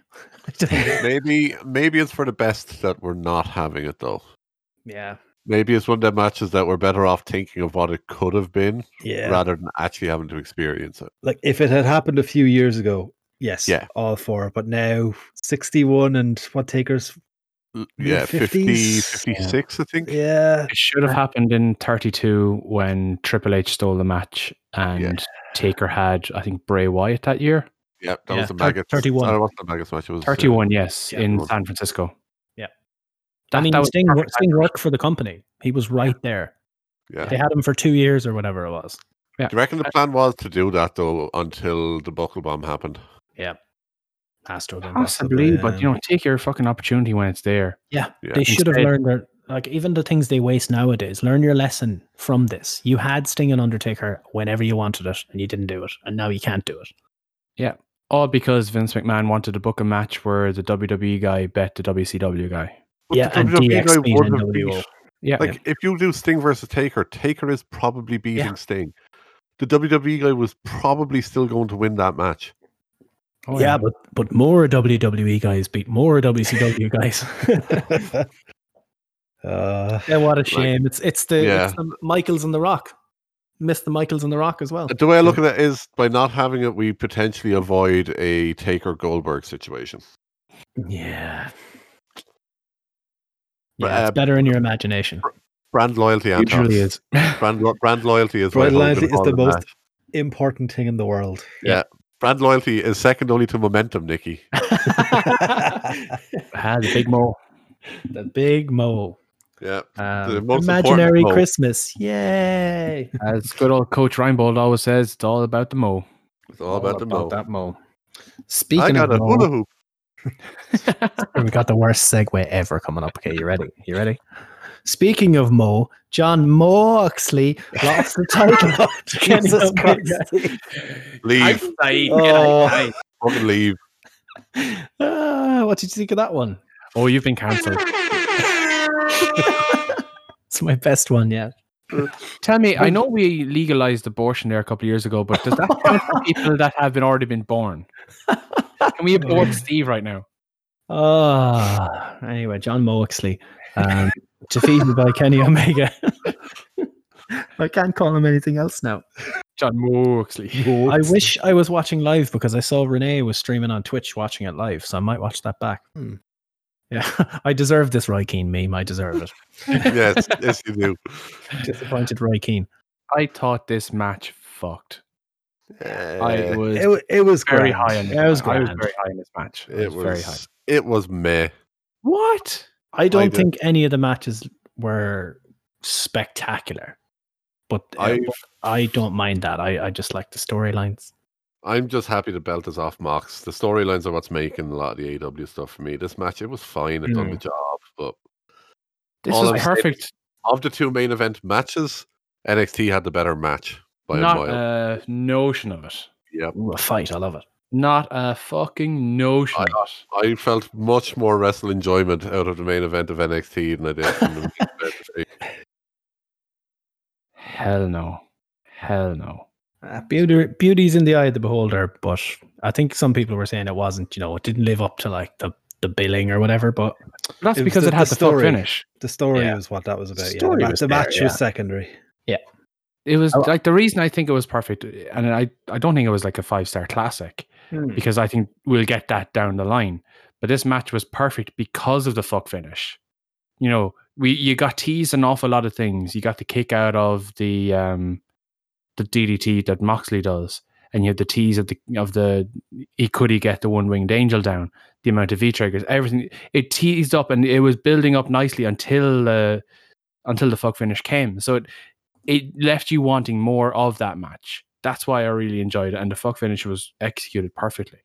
S6: Maybe, maybe it's for the best that we're not having it though.
S5: yeah,
S6: Maybe it's one of the matches that we're better off thinking of what it could have been
S7: Yeah.
S6: rather than actually having to experience it.
S7: Like if it had happened a few years ago, yes,
S6: Yeah.
S7: all for it. But now 61 and what takers
S6: Mm, yeah, 50,
S7: 50s?
S6: 56, I think.
S7: Yeah.
S4: It should have happened in 32 when Triple H stole the match and Taker had, I think, Bray Wyatt that year.
S6: Yeah, that
S5: Yeah,
S6: was the
S5: thir-
S6: Maggots.
S5: 31.
S6: No, it wasn't the Maggots match. It was uh,
S4: 31, yes,
S5: Yeah.
S4: in San Francisco.
S5: Yeah.
S4: That,
S5: I mean,
S4: that was
S5: Sting,
S4: perfect
S5: wor- Sting
S4: timing.
S5: worked for the company. He was right there.
S6: Yeah.
S5: They had him for two years or whatever it was.
S6: Do you reckon the plan was to do that though until the buckle bomb happened?
S5: Has to have been
S4: Possibly, but you
S5: um,
S4: know, take your fucking opportunity when it's there.
S5: yeah,
S6: Yeah.
S5: they should have
S4: Instead-
S5: learned their like even the things they waste nowadays. Learn your lesson from this. You had Sting and Undertaker whenever you wanted it, and you didn't do it, and now you can't do it.
S4: All because Vince McMahon wanted to book a match where the WWE guy bet the WCW guy.
S6: But
S5: yeah,
S6: the E
S5: and E,
S6: WWE
S5: DX
S6: guy
S5: beat
S6: would have
S5: NWO.
S6: beat-
S4: Yeah.
S6: Like if you do Sting versus Taker, Taker is probably beating Sting. The WWE guy was probably still going to win that match.
S4: Oh,
S5: yeah, but but more WWE guys beat more WCW guys.
S7: Uh,
S5: yeah, what a shame! it's it's the,
S6: Yeah.
S5: it's the Michaels and the Rock. Missed the Michaels and the Rock as well.
S6: The way I look at it is by not having it, we potentially avoid a Taker Goldberg situation.
S5: Yeah.
S6: But,
S5: Yeah,
S6: uh,
S5: it's better in your imagination.
S6: Brand loyalty,
S4: It
S6: Anton.
S4: really is.
S6: Brand, lo- brand loyalty is
S7: Brand
S6: what I
S7: loyalty
S6: hope
S7: is the
S6: all
S7: most-
S6: match.
S7: important thing in the world.
S6: Brand loyalty is second only to momentum, Nikki.
S7: the
S4: Had a big mole.
S5: The big mole.
S6: Yeah, the
S5: Um,
S6: most important
S5: imaginary
S6: mole.
S5: Christmas. Yay.
S4: As good old Coach Reinbold always says, it's all about the mole.
S6: it's all about the mo.
S4: That mole.
S6: I
S5: Speaking
S6: got
S5: of
S6: a hula
S5: mole,
S6: hoop.
S5: we got the worst segue ever coming up. Okay, you ready? You ready? Speaking of Mo, John Moxley lost the title. to Kenny
S7: Jesus
S5: Omega.
S6: Leave,
S7: Oh,
S6: fucking leave.
S5: Ah, what did you think of that one?
S4: Oh, you've been cancelled.
S5: It's my best one yet.
S4: Tell me, I know we legalized abortion there a couple of years ago, but does that count for people that have been already been born? Can we abort Steve right now?
S5: Ah, anyway, John Moxley, um, defeated by Kenny Omega. I can't call him anything else now.
S4: John Moxley.
S5: I wish I was watching live because I saw Renee was streaming on Twitch watching it live, so I might watch that back.
S7: Hmm.
S5: Yeah, I deserve this Roy Keane meme. I deserve it.
S6: yes, yes, you do.
S5: Disappointed Roy Keane.
S4: I thought this match fucked. I
S6: Uh,
S4: was
S7: it, wa- it was
S4: very
S7: grand.
S4: high on this.
S5: That was
S4: match. I was
S5: grand.
S4: very high in this match. I
S6: it
S4: was very high.
S6: was. It was meh.
S4: What?
S5: I don't
S6: did.
S5: think any of the matches were spectacular, but uh,
S6: I
S5: I don't mind that. I, I just like the storylines.
S6: I'm just happy the belt is off Mox. The storylines are what's making a lot of the AW stuff for me. This match, it was fine. It
S4: Hmm.
S6: done the job. But
S4: This
S6: All I'm
S4: is
S6: saying-
S4: perfect.
S6: of the two main event matches, NXT had the better match by
S4: Not
S6: a mile.
S4: a notion of it.
S5: Ooh, a fight. I love it.
S4: Not a
S7: Oh,
S4: fucking notion of it.
S6: I felt much more wrestle enjoyment out of the main event of NXT than I did from the main event. of AEW.
S4: Hell no. Hell no.
S5: Uh, beauty, beauty's in the eye of the beholder, but I think some people were saying it wasn't. You know, it didn't live up to like the the billing or whatever. But
S4: But that's
S7: It was
S4: because
S7: the-
S4: it had the,
S7: the
S4: fuck
S7: story.
S4: finish.
S7: The story
S5: Yeah.
S7: was what that was about.
S5: Story
S7: yeah, the, ma-
S5: was
S7: the
S5: there,
S7: match
S5: yeah.
S7: was secondary.
S4: It was
S5: Oh.
S4: like the reason I think it was perfect, and I, I don't think it was like a five star classic because I think we'll get that down the line. But this match was perfect because of the fuck finish. You know, we you got teased an awful lot of things. You got the kick out of the um the DDT that Moxley does, and you had the tease of the of the he could he get the one winged angel down, the amount of V triggers, everything. It teased up and it was building up nicely until uh, until the fuck finish came. So it it left you wanting more of that match. That's why I really enjoyed it, and the fuck finish was executed perfectly.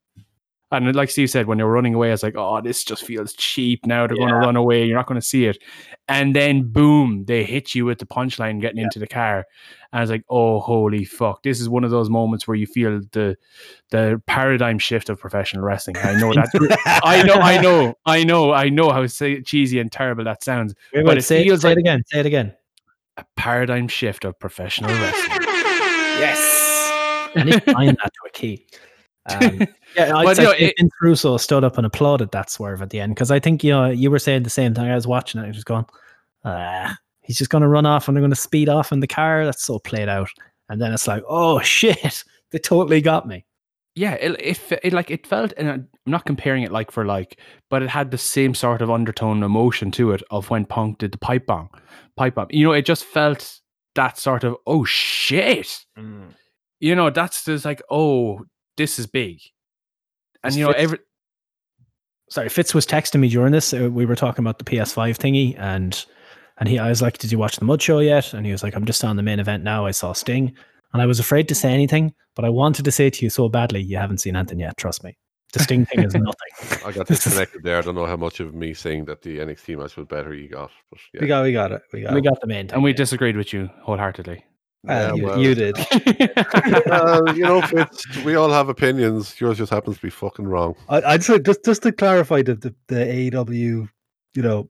S4: And like Steve said, when they were running away, I was like, "Oh, this just feels cheap." Now they're going to run away. You're not going to see it, and then boom, they hit you with the punchline getting into the car, and I was like, "Oh, holy fuck!" This is one of those moments where you feel the the paradigm shift of professional wrestling. I know that. I know, I know, I know, I know how say, cheesy and terrible that sounds.
S5: Wait,
S4: But
S5: wait,
S4: it
S5: say,
S4: feels
S5: say
S4: like-
S5: it again. Say it again.
S4: A paradigm shift of professional wrestling.
S5: I need to find that to a key. Um, yeah, I
S4: But, you know, it-
S5: Vince Russo stood up and applauded that swerve at the end because I think you know you were saying the same thing. I was watching it. I was just going, ah, he's just going to run off and they're going to speed off in the car. That's so played out. And then it's like, oh shit, they totally got me.
S4: yeah, it, it fe- it like it felt, and I'm not comparing it like for like, but it had the same sort of undertone emotion to it of when Punk did the pipe bomb, pipe bomb. You know, it just felt that sort of oh shit.
S5: Mm.
S4: You know, that's just like oh this is big, and
S5: This
S4: you know
S5: fits-
S4: every
S5: sorry, Fitz was texting me during this. Uh, we were talking about the PS5 thingy, and and he, I was like, "Did you watch the Mud Show yet?" And he was like, "I'm just on the main event now. I saw Sting, and I was afraid to say anything, but I wanted to say to you so badly, you haven't seen Anthony yet. Trust me, the Sting thing is nothing.
S6: I got
S5: This is-
S6: disconnected there. I don't know how much of me saying that the NXT match was better you got. But yeah.
S7: We got, we got it. We got.
S5: we
S7: it.
S5: got the main, thing.
S4: and we disagreed with you wholeheartedly.
S6: Yeah,
S7: Uh, you,
S6: well-
S7: you did.
S5: Uh,
S6: Well, you know, Fitz, we all have opinions. Yours just happens to be fucking wrong.
S7: I, I just just just to clarify the the, the AEW, you know,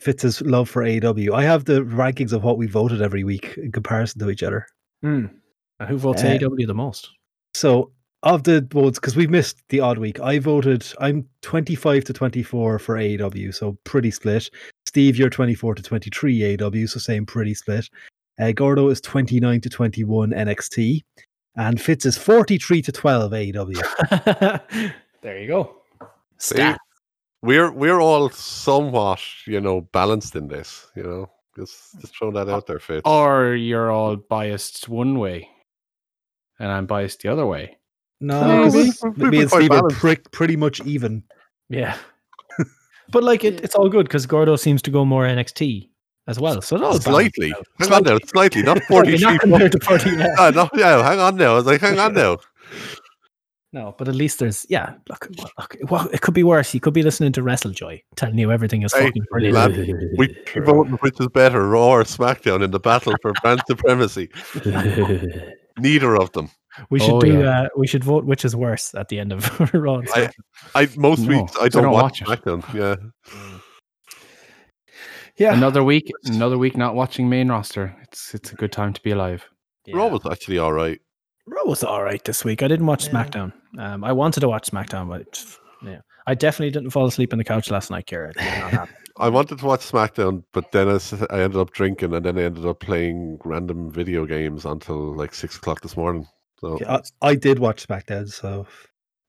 S7: Fitz's love for AEW. I have the rankings of what we voted every week in comparison to each other.
S5: Hmm. Now, who votes
S7: Uh,
S5: AEW the most?
S7: So of the votes, because we missed the odd week, I voted. I'm 25 to 24 for AEW, so pretty split. Steve, you're 24 to 23 AEW, so same pretty split. Uh, Gordo is 29 to 21 NXT, and Fitz is 43 to E 12 AEW.
S5: there you go.
S6: See?
S5: Stat.
S6: We're we're all somewhat, you know, balanced in this. You know, just just throwing that out there, Fitz.
S4: or you're all biased one way, and I'm biased the other way.
S6: we-
S7: No, 'cause
S6: we- we
S7: me
S6: were
S7: and
S6: quite
S7: Steve are
S6: balanced.
S7: pre- pretty much even.
S5: Yeah. but like it, it's all good because Gordo seems to go more NXT as well. So that was
S6: slightly. Hang on now, slightly, not
S5: Forty, not
S6: 43.
S5: compared to 40, yeah.
S6: Ah, no, yeah, hang on now. I was like, hang on now.
S5: No, but at least there's yeah. Look, well, look well, it could be worse. You could be listening to WrestleJoy telling you everything is
S6: Hey,
S5: fucking brilliant.
S6: lad, We keep voting which is better, Raw or SmackDown, in the battle for brand supremacy. Neither of them.
S5: we should
S4: Oh,
S5: do.
S4: yeah.
S5: Uh, we should vote which is worse at the end of Raw. and
S6: I,
S5: SmackDown.
S6: I most
S4: No,
S6: weeks
S4: I
S6: I don't,
S4: don't watch
S6: watch,
S4: it.
S6: SmackDown. Yeah,
S5: yeah,
S4: Another week, another week not watching main roster. It's it's a good time to be alive.
S6: Raw was actually all right.
S5: Raw was all right this week. I didn't watch SmackDown. Um, I wanted to watch SmackDown, but yeah, I definitely didn't fall asleep on the couch last night, Kara. It did not happen.
S6: I wanted to watch SmackDown, but then I, s- I ended up drinking, and then I ended up playing random video games until like six o'clock this morning. So
S7: I, I did watch SmackDown, so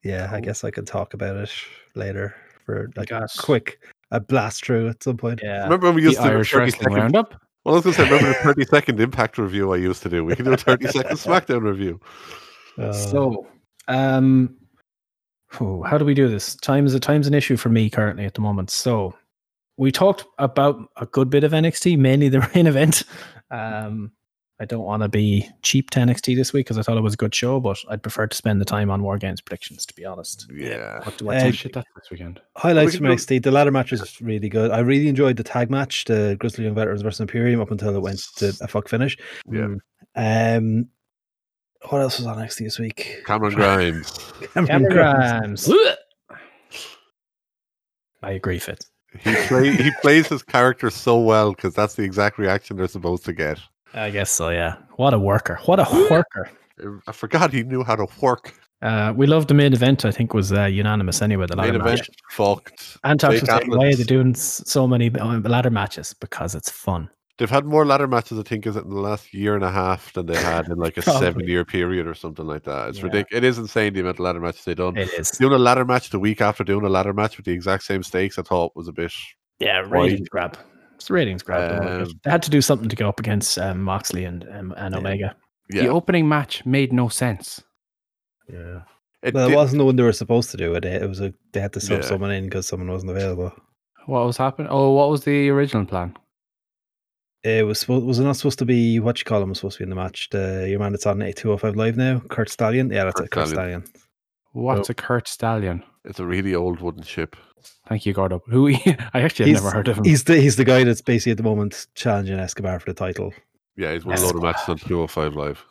S7: yeah, I guess I can talk about it later for like a
S5: guess.
S7: quick a blast through at some point.
S5: yeah,
S6: remember when we
S4: The
S6: used to do
S4: Irish
S6: 30
S4: Wrestling
S6: second,
S4: Roundup.
S6: Well, I was going to say, remember the thirty second Impact review I used to do? We can do a thirty second SmackDown review.
S7: Uh,
S5: So, um, phew, how do we do this? Time's a time's an issue for me currently at the moment. So, we talked about a good bit of NXT, mainly the main event. Um, I don't want to be cheap to NXT this week because I thought it was a good show, but I'd prefer to spend the time on War Games predictions, to be honest.
S6: Yeah,
S5: What do I
S4: Oh
S7: Uh,
S5: think?
S4: shit, that's this weekend.
S7: highlights
S6: can
S7: from
S6: do-
S7: NXT. The ladder match was really good. I really enjoyed the tag match, the Grizzly Young Veterans versus Imperium, up until it went to a fuck finish.
S6: Yeah.
S7: Um, what else was on NXT this week?
S6: Cameron Grimes.
S5: Cameron
S7: Grimes.
S5: Grimes. I agree, Fit.
S6: He play, he plays his character so well because that's the exact reaction they're supposed to get.
S5: I guess so. Yeah. What a worker! What a worker!
S6: I forgot he knew how to work.
S5: Uh, we loved the main event. I think was uh, unanimous anyway. The
S6: Main
S5: ladder match.
S6: event fucked.
S5: Antosh
S6: Jake
S5: was saying, why are they
S6: Atlas.
S5: doing s- so many um, ladder matches? Because it's fun.
S6: They've had more ladder matches, I think, is it in the last year and a half than they had in like a
S5: Probably.
S6: seven year period or something like that. It's
S5: Yeah.
S6: ridiculous. It is insane the amount of ladder matches they done.
S5: It is.
S6: Doing a ladder match the week after doing a ladder match with the exact same stakes, I thought was a bit.
S5: Yeah,
S6: Why-
S5: ratings grab. It's a ratings grab. don't worry.
S6: Um,
S5: they had to do something to go up against um, Moxley and um, and Omega.
S6: Yeah,
S4: The opening match made no sense.
S5: Yeah.
S6: it
S7: Well, it
S6: did-
S7: wasn't the one they were supposed to do. It it was a they had to sub
S6: Yeah.
S7: someone in because someone wasn't available.
S4: What was happening? Oh, what was the original plan?
S7: It Uh, was supposed was it not supposed to be what you call him was supposed to be in the match. The your man that's on eight two oh five live now, Kurt Stallion. Yeah, that's
S6: Kurt
S7: it, Kurt
S6: Stallion.
S7: Stallion.
S4: What's a Kurt Stallion?
S6: it's a really old wooden ship.
S4: Thank you, Gordo. Who I actually
S7: He's-
S4: have never heard of him.
S7: He's the he's the guy that's basically at the moment challenging Escobar for the title.
S6: Yeah, he's won a load of matches on 205 Live.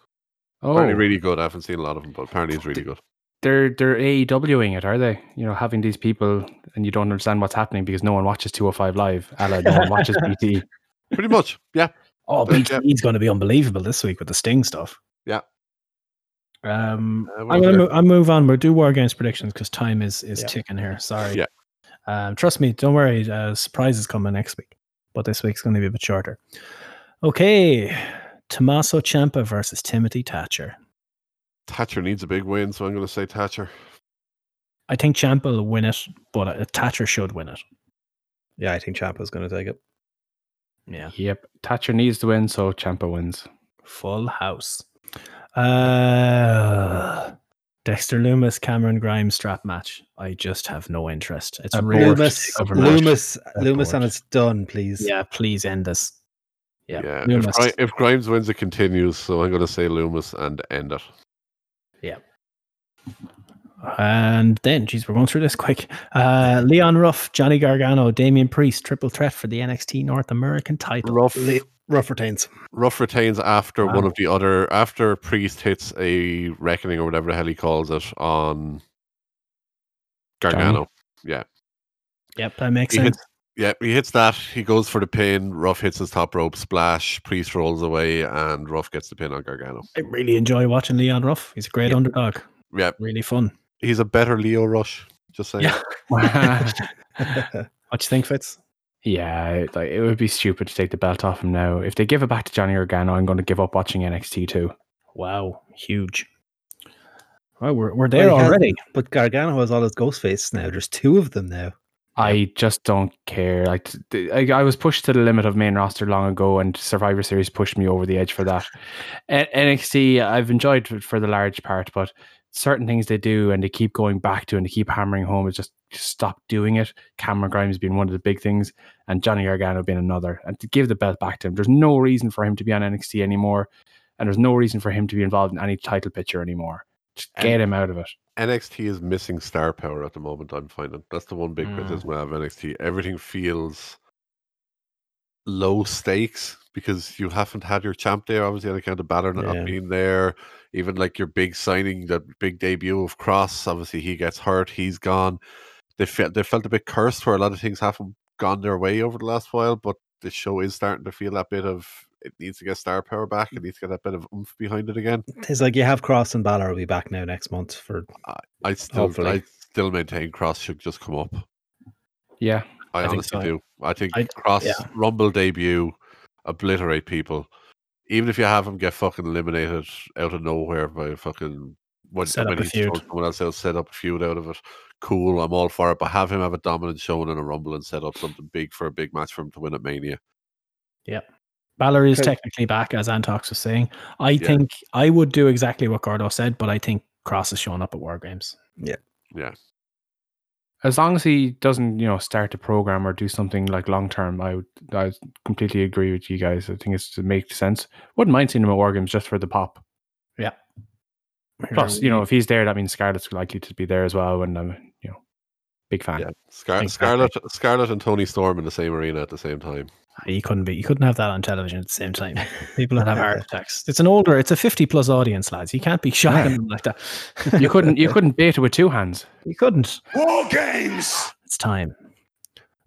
S4: oh,
S6: Apparently, really good. I haven't seen a lot of them, but apparently, he's really good.
S4: they're they're AEWing it, are they? You know, having these people and you don't understand what's happening because no one watches 205 live. A la no one watches BT.
S6: Pretty much. Yeah.
S5: Oh,
S6: But,
S5: BTE's going to be unbelievable this week with the Sting stuff.
S6: Yeah.
S5: Um,
S6: Uh, what
S5: I'm
S6: was
S5: gonna
S6: it?
S5: mo- I'll move on. We'll do war games predictions because time is is
S7: Yeah.
S5: ticking here. Sorry.
S6: Yeah.
S5: Um, trust me, don't worry. Uh, surprises coming next week, but this week's going to be a bit shorter. Okay, Tommaso Ciampa versus Timothy Thatcher.
S6: Thatcher needs a big win, so I'm going to say Thatcher.
S5: I think Champa will win it, but uh, Thatcher should win it.
S7: Yeah, I think Champa's going to take it.
S5: Yeah.
S4: Yep. Thatcher needs to win, so Champa wins.
S5: Full house. Uh, Dexter Loomis, Cameron Grimes strap match. I just have no interest. It's
S4: Abort.
S5: really
S7: Loomis,
S4: Over match.
S7: Loomis,
S5: That
S7: Loomis, and
S5: board.
S7: it's done, please.
S5: Yeah, please end this. Yeah,
S6: Yeah. If,
S5: Loomis.
S6: Gri- if Grimes wins, it continues, so I'm going to say Loomis and end it.
S5: And then, geez, we're going through this quick. Uh, Leon Ruff, Johnny Gargano, Damian Priest, triple threat for the NXT North American title.
S6: Rough,
S7: Le- rough retains.
S6: rough retains after one
S5: Wow.
S6: of the other, after Priest hits a reckoning or whatever the hell he calls it on Gargano.
S5: Yep, that makes
S6: He
S5: sense.
S6: hits, yeah, he hits that. He goes for the pin. Ruff hits his top rope, splash. Priest rolls away, and Ruff gets the pin on Gargano.
S5: I really enjoy watching Leon Ruff. He's a great underdog.
S6: Yeah,
S5: Really fun.
S6: he's a better Leo Rush. Just saying.
S5: Yeah. what do you think, Fitz?
S4: Yeah, it- like it would be stupid to take the belt off him now. If they give it back to Johnny Organo, I'm going to give up watching NXT too.
S5: Wow, huge. Oh, we're, we're there
S7: Well, he has-
S5: already.
S7: But Gargano has all his ghost faces now. There's two of them now.
S4: I just don't care. Like t- t- I, I was pushed to the limit of main roster long ago, and Survivor Series pushed me over the edge for that. N- NXT I've enjoyed f- for the large part, but certain things they do and they keep going back to and they keep hammering home is just, just stop doing it. Cameron Grimes being one of the big things, and Johnny Gargano being another, and to give the belt back to him. There's no reason for him to be on NXT anymore, and there's no reason for him to be involved in any title picture anymore. Just
S6: And-
S4: get him out of it.
S6: NXT is missing star power at the moment. I'm finding that's the one big
S4: Mm.
S6: criticism I have of NXT. Everything feels low stakes because you haven't had your champ there. Obviously, on account of Balor not
S7: Yeah.
S6: being there, even like your big signing, the big debut of Cross. Obviously, he gets hurt. He's gone. They felt they felt a bit cursed where a lot of things haven't gone their way over the last while, but the show is starting to feel that bit of it needs to get star power back. It needs to get that bit of oomph behind it again.
S7: It's like you have Cross and Balor will be back now next month for
S6: I still,
S7: Hopefully.
S6: I still maintain Cross should just come up.
S4: Yeah,
S6: I,
S5: I think
S6: honestly
S5: so.
S6: do. I think
S5: I-
S6: cross
S5: yeah.
S6: rumble debut obliterate people. Even if you have them get fucking eliminated out of nowhere by fucking when,
S5: Set
S6: when
S5: up a
S6: he's thrown
S5: feud.
S6: someone else out, set up a feud out of it. Cool, I'm all for it. But have him have a dominant showing in a rumble and set up something big for a big match for him to win at Mania.
S5: Balor is
S7: Okay.
S5: technically back, as Antox was saying. I
S6: Yeah.
S5: think I would do exactly what Gordo said, but I think Cross is showing up at War Games.
S4: as long as he doesn't, you know, start a program or do something like long term, I would I would completely agree with you guys. I think it's to make sense. Wouldn't mind seeing him at War Games just for the pop. Plus, you know, if he's there, that means Scarlett's likely to be there as well. And I'm, you know, big fan.
S6: Yeah. Scar-
S5: Exactly.
S6: Scarlet, Scarlet and Tony Storm in the same arena at the same time.
S5: You couldn't be. You couldn't have that on television at the same time. People would have heart attacks. It's an older. It's a fifty-plus audience, lads. You can't be shocking them like that.
S4: You couldn't you couldn't bait it with two hands.
S5: You couldn't.
S1: War Games!
S5: It's time.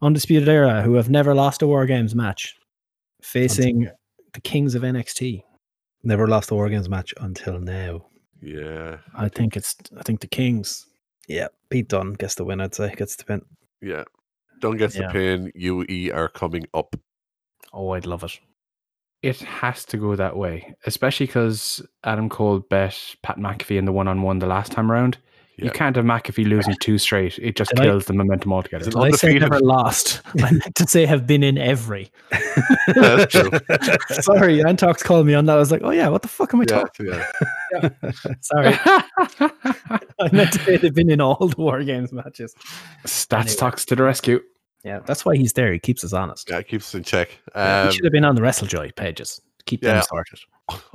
S5: Undisputed Era, who have never lost a War Games match, facing the Kings of NXT.
S7: never lost the War Games match until now.
S6: Yeah.
S5: I think it's. I think the Kings.
S7: Yeah, Pete Dunne gets the win. I'd say gets the win.
S6: Yeah. Dunn gets
S5: Yeah.
S6: the pin. UE are coming up.
S5: Oh, I'd love it.
S4: It has to go that way, especially because Adam Cole bet Pat McAfee in the one on one the last time around. You
S6: Yeah.
S4: can't have McAfee losing two straight. It just
S5: Did I-
S4: kills the momentum altogether.
S6: Is
S5: Did I say
S6: Undefeated.
S5: never lost? I meant to say have been in every.
S6: That's true.
S5: Sorry, Antox called me on that. I was like, oh yeah, what the fuck am I talking?
S6: Yeah, yeah.
S5: Sorry, I meant to say they've been in all the War Games matches.
S4: Stats talks to the rescue.
S5: Yeah, that's why he's there. He keeps us honest.
S6: Yeah, keeps us in check.
S5: he
S6: Um,
S5: should have been on the WrestleJoy pages. Keep
S6: yeah.
S5: them sorted.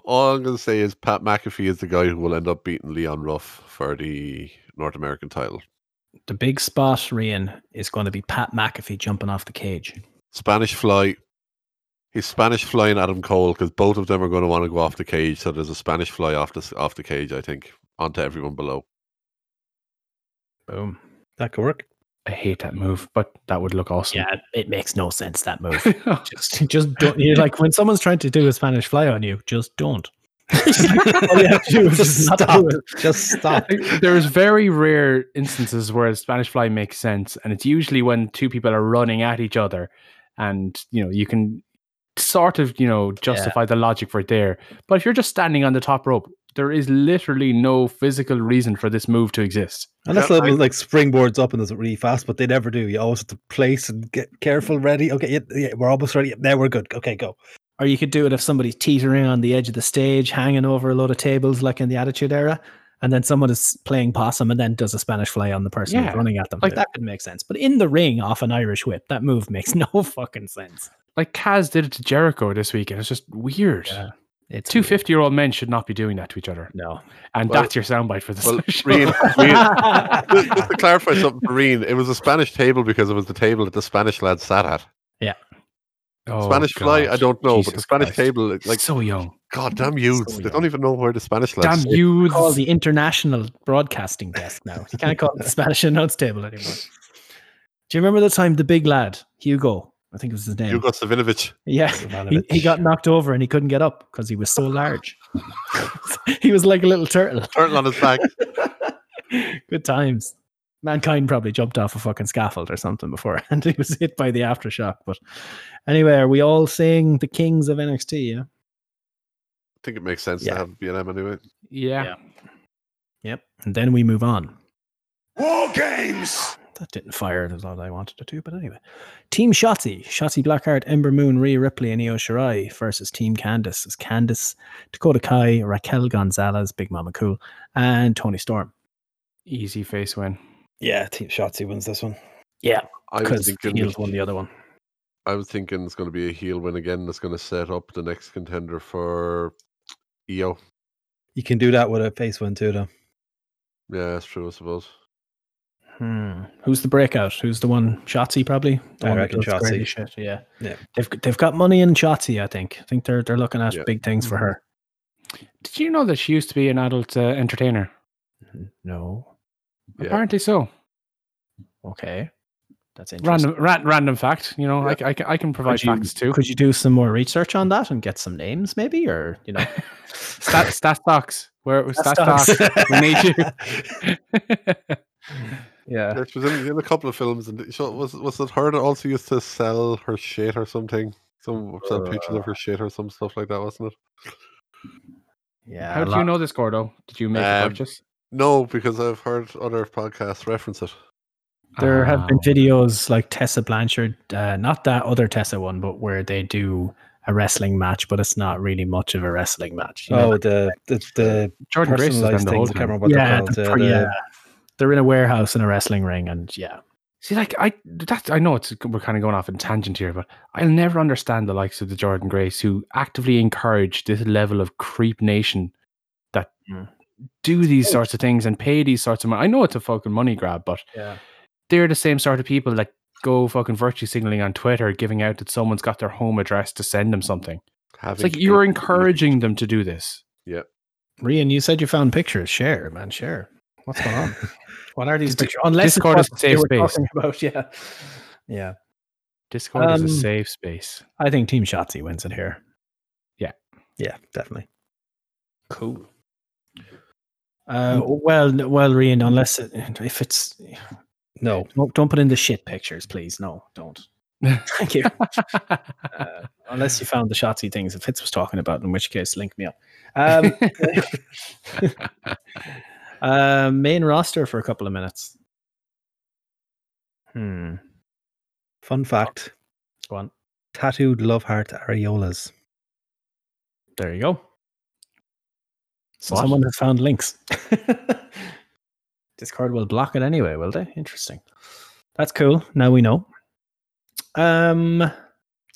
S6: All I'm going to say is Pat McAfee is the guy who will end up beating Leon Ruff for the North American title.
S5: The big spot, Rian, is going to be Pat McAfee jumping off the cage.
S6: Spanish fly. He's Spanish flying Adam Cole because both of them are going to want to go off the cage. So there's a Spanish fly off the s- off the cage, I think, onto everyone below.
S5: Boom.
S7: That could work.
S4: I hate that move, but that would look awesome.
S5: Yeah, it makes no sense that move.
S4: Yeah.
S5: Just, just don't. You're like when someone's trying to do a Spanish fly on you, just don't. All you have to do is
S7: Just
S5: just not
S7: stop.
S5: do it.
S7: Just stop.
S4: There's very rare instances where a Spanish fly makes sense, and it's usually when two people are running at each other, and you know you can sort of you know justify the logic for it there. But if you're just standing on the top rope, there is literally no physical reason for this move to exist.
S7: Unless
S6: Yeah,
S7: level like springboards up and does it really fast, but they never do. You always have to place and get careful, ready. Okay, yeah, yeah we're almost ready. Yeah, now we're good. Okay, go.
S5: Or you could do it if somebody's teetering on the edge of the stage, hanging over a load of tables, like in the Attitude Era, and then someone is playing possum and then does a Spanish fly on the person who's
S4: Yeah,
S5: running at them. Like
S4: like-
S5: that could make sense. But in the ring off an Irish whip, that move makes no fucking sense.
S4: Like Kaz did it to Jericho this weekend. It's just weird.
S5: Yeah, It's
S4: Two
S5: weird.
S4: 50 year old men should not be doing that to each other.
S5: No.
S4: And
S6: Well-
S4: that's your soundbite for this
S6: Well,
S4: show.
S6: Reen, Reen, just, just to clarify something, for Reen, it was a Spanish table because it was the table that the Spanish lad sat at.
S4: Oh,
S6: Spanish fly, I
S4: God.
S6: don't know, but the
S4: Jesus
S6: Spanish
S4: Christ.
S6: table, like,
S4: so young.
S6: God damn youths,
S5: so
S6: they don't even know where the Spanish lad.
S4: Damn
S6: sits.
S4: you.
S5: call the international broadcasting desk now. You can't call it the Spanish announce table anymore. Do you remember the time the big lad, Hugo, I think it was his name.
S6: You got Savinovich.
S5: Yeah, he, he got knocked over and he couldn't get up because he was so large. he was like a little turtle.
S6: turtle on his back.
S5: Good times. Mankind probably jumped off a fucking scaffold or something before and he was hit by the aftershock. But anyway, are we all saying the kings of NXT? Yeah.
S6: I think it makes sense
S5: Yeah.
S6: to have B&M anyway.
S4: Yeah.
S5: Yep. And then we move on.
S1: War games.
S5: That didn't fire as loud as I wanted it to, but anyway. Team Shotzi, Shotzi Blackheart, Ember Moon, Rhea Ripley, and Io Shirai versus Team Candice. Is Candice, Dakota Kai, Raquel Gonzalez, Big Mama Cool, and Tony Storm.
S4: Easy face win.
S7: Yeah, Team Shotzi wins this one.
S6: I was
S5: Because
S6: thinking,
S5: Heels won the other one.
S6: I was thinking it's going to be a heel win again. That's going to set up the next contender for E EO.
S7: You can do that with a face win too, though.
S6: Yeah, that's true, I suppose.
S5: Hmm. Who's the breakout? Who's the one? Shotzi probably. The
S7: I
S5: one that
S7: reckon
S5: does crazy
S7: Shotzi.
S5: Shit. Yeah.
S7: Yeah.
S5: They've they've got money in Shotzi. I think. I think they're they're looking at
S6: Yeah.
S5: big things
S4: Hmm.
S5: for her.
S4: Did you know that she used to be an adult uh, entertainer?
S5: No.
S6: Yeah.
S4: Apparently so.
S5: Okay. That's interesting.
S4: Random, ra- random fact. You know, I c- I, c- I can provide
S5: you-
S4: facts too.
S5: Could you do some more research on that and get some names maybe, or you know?
S4: Stat, stat stocks. Where it was stat
S5: Stocks.
S4: stocks. We need you. yeah.
S6: Yeah, she was in, in a couple of films, and so was was it her that also used to sell her shit or something? Some sell
S5: Uh.
S6: pictures of her shit or some stuff like that, wasn't it?
S5: yeah.
S4: How
S5: a
S4: do
S5: lot-
S4: you know this, Gordo? Did you make a
S6: Um,
S4: purchase?
S6: No, because I've heard other podcasts reference it.
S5: There have been
S4: Ah.
S5: videos like Tessa Blanchard, uh, not that other Tessa one, but where they do a wrestling match, but it's not really much of a wrestling match. you know?
S7: Oh, the the, the
S4: Jordan Grace has done
S7: personalized
S4: the
S7: things.
S4: whole
S7: I can't
S4: time.
S7: remember what
S5: yeah,
S7: they're called.
S5: they're
S7: uh,
S5: pretty-
S7: the-
S5: yeah. They're in a warehouse in a wrestling ring, and yeah,
S4: See, like I, that's I know it's we're kind of going off in tangent here, but I'll never understand the likes of the Jordan Grace who actively encourage this level of creep nation that
S5: Mm.
S4: do these sorts of things and pay these sorts of money. I know it's a fucking money grab, but
S5: Yeah.
S4: they're the same sort of people that go fucking virtue signaling on Twitter, giving out that someone's got their home address to send them something. It's
S6: Having
S4: like you're
S6: eight-
S4: encouraging them to do this.
S5: Rian, you said you found pictures. Share, man, share. What's going on? what are these
S4: Dis-
S5: pictures? Unless it's
S4: Discord is
S5: what
S4: a safe
S5: they were
S4: space.
S5: talking about, yeah, yeah.
S4: Discord
S5: Um,
S4: is a safe space.
S5: I think Team Shotzi wins it here.
S7: yeah, definitely.
S5: Cool. Uh,
S4: Mm.
S5: well, n- well, Rian, unless it, if it's
S7: No,
S5: don't, don't put in the shit pictures, please. No, don't. Thank you. Uh, unless you found the Shotzi things that Fitz was talking about, in which case, link me up. Um, uh, main roster for a couple of minutes. Hmm.
S7: fun fact:
S5: Go on.
S7: tattooed love heart areolas.
S5: There you go. So
S4: What?
S5: someone has found links. Discord will block it anyway, will they? Interesting. That's cool. Now we know. Um.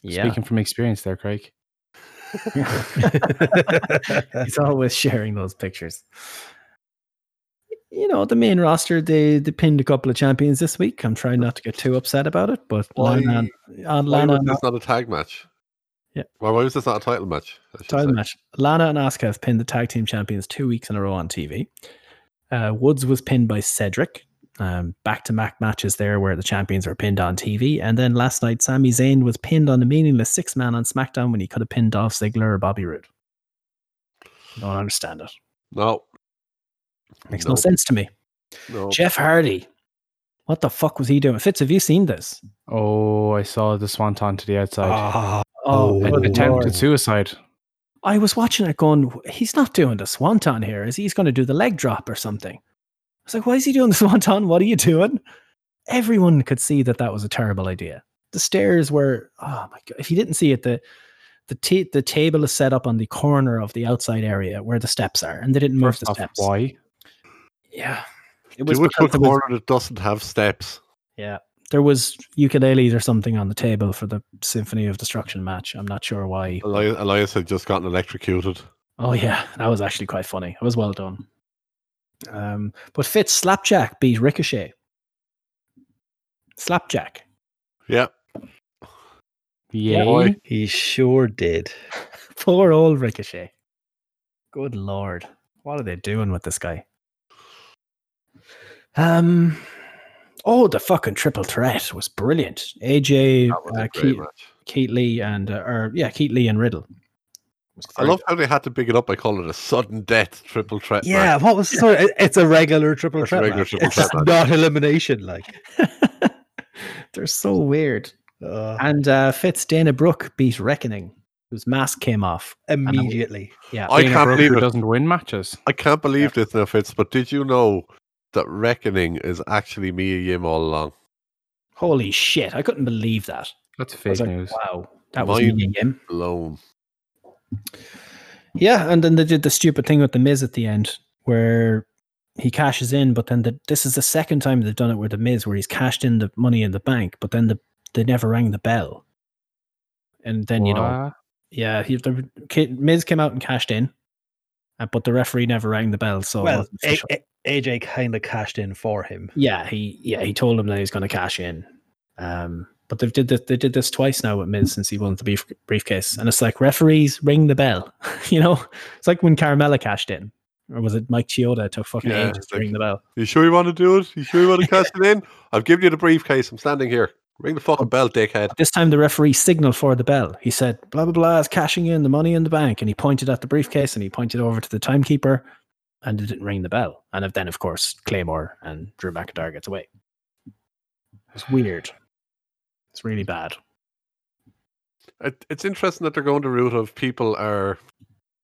S5: Yeah.
S4: Speaking from experience, there, Craig.
S5: He's always sharing those pictures. You know, the main roster, they, they pinned a couple of champions this week. I'm trying not to get too upset about it, but
S6: Why-
S5: Lana, on
S6: Why
S5: Lana
S6: was
S5: and
S6: this not a tag match?
S5: Yeah.
S6: Why, why was this not a title match? I should
S5: title
S6: say?
S5: match. Lana and Asuka have pinned the tag team champions two weeks in a row on TV. Uh, Woods was pinned by Cedric. Um, back-to-back matches there where the champions were pinned on TV. And then last night, Sami Zayn was pinned on a meaningless six-man on SmackDown when he could have pinned Dolph Ziggler or Bobby Roode. Don't understand it.
S6: No.
S5: Makes no sense to me.
S6: No.
S5: Jeff Hardy. What the fuck was he doing? Fitz, have you seen this?
S4: Oh, I saw the swanton to the outside.
S7: Ah,
S5: Oh,
S7: Oh,
S4: An
S5: good
S4: attempted
S5: lord.
S4: suicide.
S5: I was watching it going, he's not doing the swanton here, is he? He's going to do the leg drop or something. I was like, why is he doing the swanton? What are you doing? Everyone could see that that was a terrible idea. The stairs were, oh my God. If you didn't see it, the, the, ta- the table is set up on the corner of the outside area where the steps are, and they didn't move
S4: First
S5: the
S4: off,
S5: steps.
S4: why?
S5: Yeah. It
S6: Do it to a
S5: because there was-
S6: corner that doesn't have steps.
S5: yeah. There was ukuleles or something on the table for the Symphony of Destruction match. I'm not sure why.
S6: Elias, Elias had just gotten electrocuted.
S5: Oh yeah, that was actually quite funny. It was well done. Um, but Fitz Slapjack beat Ricochet. Slapjack.
S6: Yeah.
S4: Yeah.
S6: Why?
S7: He sure did.
S5: Poor old Ricochet. Good lord. What are they doing with this guy? Um Oh, the fucking triple threat was brilliant. AJ,
S6: That was
S5: uh,
S6: a
S5: Keith,
S6: great match.
S5: Keith Lee, and uh, or yeah, Keith Lee and Riddle.
S6: I love how they had to big it up by calling it a sudden death triple threat.
S7: Yeah,
S6: match.
S7: what was sorry? it- It's a regular triple
S6: It's a
S7: threat.
S6: regular
S7: match.
S6: triple
S7: it's
S6: threat match.
S7: not elimination. Like,
S5: They're so weird.
S7: uh,
S5: And uh, Fitz Dana Brooke beat Reckoning, whose mask came off.
S7: immediately.
S5: Yeah.
S6: I
S4: Dana
S6: can't
S4: Brooke,
S6: believe
S4: who
S6: it.
S4: doesn't win matches.
S6: I can't believe this now, Fitz. But did you know that Reckoning is actually Mia Yim all along?
S5: Holy shit. I couldn't believe that.
S4: That's
S5: I was
S4: fake
S5: like,
S4: news.
S5: wow. That was
S6: Mine-
S5: me again.
S6: Alone.
S5: Yeah. And then they did the stupid thing with the Miz at the end where he cashes in, but then the, this is the second time they've done it with the Miz where he's cashed in the money in the bank, but then the, they never rang the bell. And then, you know,
S4: What?
S5: yeah, he, the, Ki- Miz came out and cashed in, uh, but the referee never rang the bell. So it
S7: well,
S5: wasn't
S7: A-
S5: official.
S7: A- AJ kind of cashed in for him.
S5: Yeah, he yeah he told him that he's going to cash in. Um, but they've did this, they did this twice now with Miz since he won the brief, briefcase, and it's like referees ring the bell. you know, it's like when Carmella cashed in, or was it Mike Chioda took fucking
S6: Yeah,
S5: ages
S6: it's
S5: to
S6: like-
S5: ring the bell?
S6: You sure you want to do it? You sure you want to cash it in? I've given you the briefcase. I'm standing here. Ring the
S5: Oh.
S6: fucking bell, dickhead.
S5: This time the referee signaled for the bell. He said blah blah blah is cashing in the money in the bank, and he pointed at the briefcase and he pointed over to the timekeeper, and it didn't ring the bell. And then of course Claymore and Drew McIntyre gets away. It's weird. It's really bad.
S6: It, it's interesting that they're going the route of people are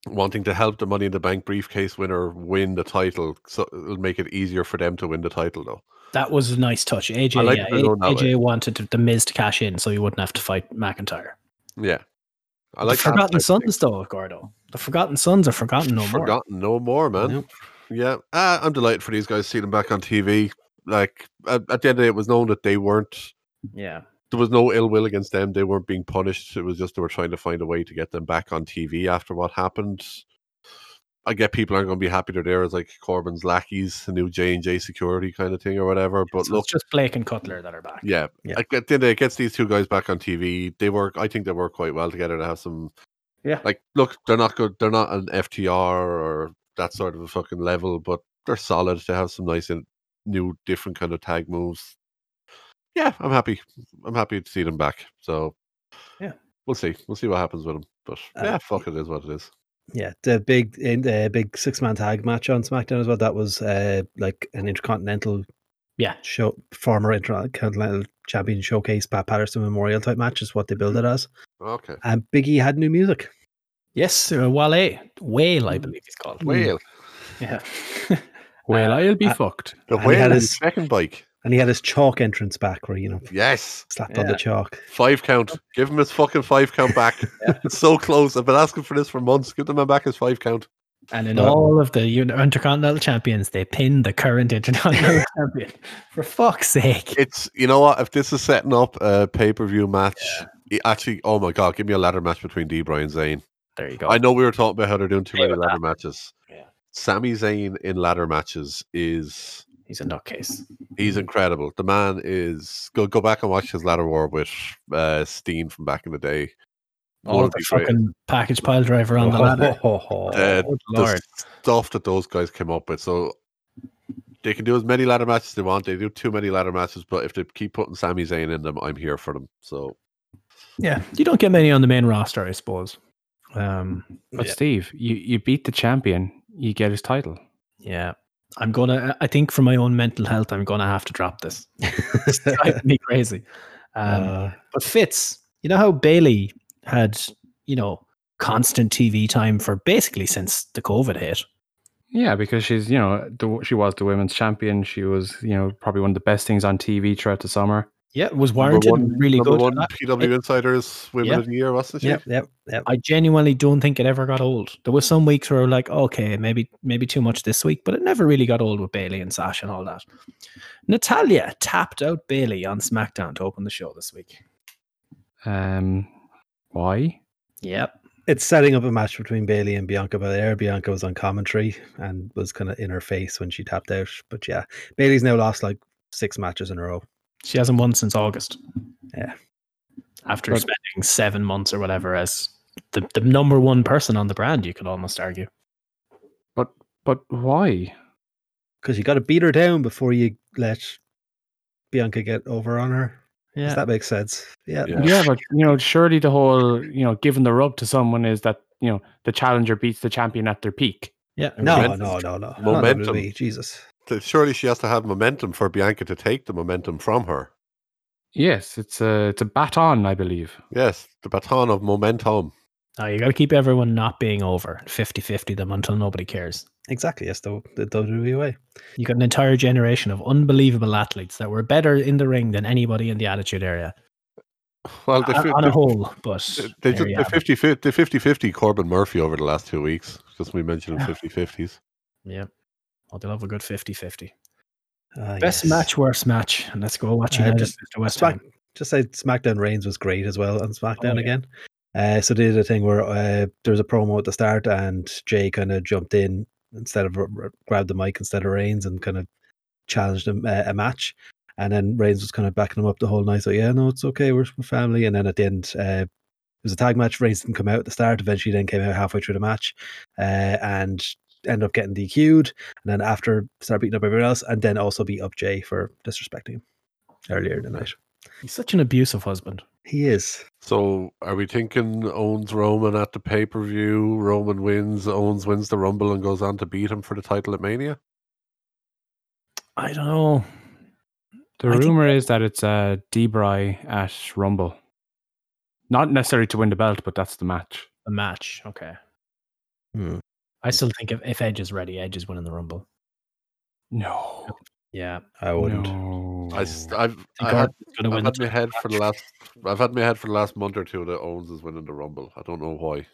S6: wanting to help the Money in the Bank briefcase winner win the title, so it'll make it easier for them to win the title, though.
S5: That was a nice touch. AJ,
S6: I like
S5: yeah,
S6: that they're going that
S5: AJ wanted to, the Miz to cash in so he wouldn't have to fight McIntyre.
S6: Yeah, I like
S5: the
S6: that
S5: Forgotten
S6: type of thing.
S5: Sons, though, Gordo. The Forgotten Sons are forgotten no more.
S6: Forgotten no more, man.
S5: Nope.
S6: Yeah, uh, I'm delighted for these guys seeing them back on TV. Like at, at the end of the day, it was known that they weren't.
S5: Yeah.
S6: There was no ill will against them. They weren't being punished. It was just they were trying to find a way to get them back on TV after what happened. I get people aren't going to be happy they're there as like Corbin's lackeys, the new J and J security kind of thing or whatever. But
S5: so
S6: look,
S5: it's just Blake and Cutler that are back.
S6: yeah,
S7: Yeah.
S6: Like, at the end of the day, it gets these two guys back on TV. They work. I think they work quite well together. They have some.
S5: Yeah.
S6: Like, look, they're not good. They're not an FTR or that sort of a fucking level, but they're solid. They have some nice and new, different kind of tag moves. Yeah, I'm happy. I'm happy to see them back. So,
S5: Yeah.
S6: we'll see. We'll see what happens with them. But
S7: Uh,
S6: yeah, fuck it is what it is.
S7: Yeah, the big in the big six man tag match on SmackDown as well. That was uh, like an intercontinental,
S5: Yeah.
S7: show former intercontinental champion showcase Pat Patterson Memorial type match is what they build it as.
S6: Okay.
S7: And Biggie had new music.
S5: Yes, uh, Wale. Whale, I believe he's
S7: Hmm,
S5: called.
S6: Whale.
S5: Yeah.
S4: Well,
S5: Uh,
S4: I'll be
S7: uh,
S4: fucked.
S6: The
S7: And he had
S6: whale and his
S7: his-
S6: second bike.
S7: And he had his chalk entrance back where, you know,
S6: Yes.
S7: slapped on the
S5: Yeah.
S7: chalk.
S6: Five count. Give him his fucking five count back. It's so close. I've been asking for this for months. Give the man back his five count.
S5: and in
S7: Well-
S5: all of the un- Intercontinental Champions, they pinned the current Intercontinental Champion. For fuck's sake.
S6: It's you know what? If this is setting up a pay per view match, it actually, oh my god, give me a ladder match between D Brian Zayn.
S5: There you go.
S6: I know we were talking about how they're doing too
S5: Yeah,
S6: many
S5: with
S6: ladder matches.
S5: Yeah.
S6: Sami Zayn in ladder matches is
S5: He's a nutcase. Mm-hmm.
S6: he's incredible. The man is go go back and watch his ladder war with uh Steen from back in the day.
S5: All
S6: Would
S5: Oh, the
S6: be great.
S5: fucking package pile driver on the ladder.
S6: Uh,
S5: Good
S6: the
S5: lord.
S6: stuff that those guys came up with. So they can do as many ladder matches they want. They do too many ladder matches, but if they keep putting Sami Zayn in them, I'm here for them. So
S5: Yeah, you don't get many on the main roster, I suppose. Um,
S4: But Steve, you, you beat the champion, you get his title.
S5: yeah, I'm gonna. I think for my own mental health, I'm gonna have to drop this. it's driving me crazy. Um,
S7: Uh,
S5: but Fitz, you know how Bailey had, you know, constant TV time for basically since the COVID hit.
S4: Yeah, because she's you know the, she was the women's champion. She was you know probably one of the best things on TV throughout the summer.
S5: Yeah, it was warranted
S6: one-
S5: and really
S6: Number
S5: good.
S6: one
S5: I-
S6: PW Insiders Women
S5: Yeah.
S6: of the Year, wasn't she?
S7: Yep, yep, yep.
S5: I genuinely don't think it ever got old. There was some weeks where I was like, okay, maybe maybe too much this week, but it never really got old with Bailey and Sash and all that. Natalia tapped out Bailey on SmackDown to open the show this week.
S4: Um, why?
S5: Yep.
S7: it's setting up a match between Bailey and Bianca Belair. Bianca was on commentary and was kind of in her face when she tapped out. But yeah, Bailey's now lost like six matches in a row.
S5: She hasn't won since August.
S7: Yeah.
S5: After
S4: But-
S5: spending seven months or whatever as the, the number one person on the brand, you could almost argue.
S4: But why?
S7: because you got to beat her down before you let Bianca get over on her. Does that make sense? Yeah.
S6: Yeah.
S4: Yeah. but you know, surely the whole you know giving the rub to someone is that you know the challenger beats the champion at their peak.
S5: Yeah.
S7: No,
S6: Momentum.
S7: no, no, no. Not
S6: Momentum.
S7: WWE, Jesus.
S6: So Surely she has to have momentum for Bianca to take the momentum from her.
S4: Yes, it's a it's a baton, I believe.
S6: Yes, the baton of momentum.
S5: No, you got to keep everyone not being over 50 50 them until nobody cares.
S7: Exactly. It's the, the WWE way.
S5: You got an entire generation of unbelievable athletes that were better in the ring than anybody in the Attitude Area
S6: Well, the,
S5: on,
S6: fi-
S5: on
S6: the-
S5: a whole. But
S6: the,
S5: there you
S6: the,
S5: have it.
S6: 50, the 50-50 Corbin Murphy over the last two weeks, because we mentioned 50-50s.
S5: yeah, well, they love a good 50 50.
S7: Ah,
S5: Best
S7: yes.
S5: match, worst match. And let's go watch
S7: Uh,
S5: United
S7: just-
S5: just, to West
S7: Smack,
S5: Ham. Oh,
S7: just say SmackDown Reigns was great as well on SmackDown
S5: yeah.
S7: again. Uh, so they did a thing where uh, there was a promo at the start, and Jay kind of jumped in instead of r- r- grabbed the mic instead of Reigns and kind of challenged him uh, a match. And then Reigns was kind of backing him up the whole night. So yeah, no, it's okay, we're, we're family. And then at the end, uh, it was a tag match. Reigns didn't come out at the start. Eventually, then came out halfway through the match, uh, and ended up getting DQ'd. And then after started beating up everyone else, and then also beat up Jay for disrespecting him earlier in the night.
S5: He's such an abusive husband.
S7: He is.
S6: So are we thinking Owens Roman at the pay-per-view, Roman wins, Owens wins the Rumble and goes on to beat him for the title at Mania?
S5: I don't know.
S4: The
S5: I think
S4: rumor is that it's uh, Debray at Rumble. Not necessarily to win the belt, but that's the match.
S5: A match. Okay. I still think if, if Edge is ready, Edge is winning the Rumble.
S4: No,
S5: Yeah.
S7: I wouldn't.
S4: no.
S6: I, s- I've, I
S5: Garden
S6: had,
S5: Gonna
S6: I've
S5: win
S6: had
S5: the
S6: my head for the last I've had my head for the last month or two that Owens is winning the Rumble. I don't know why.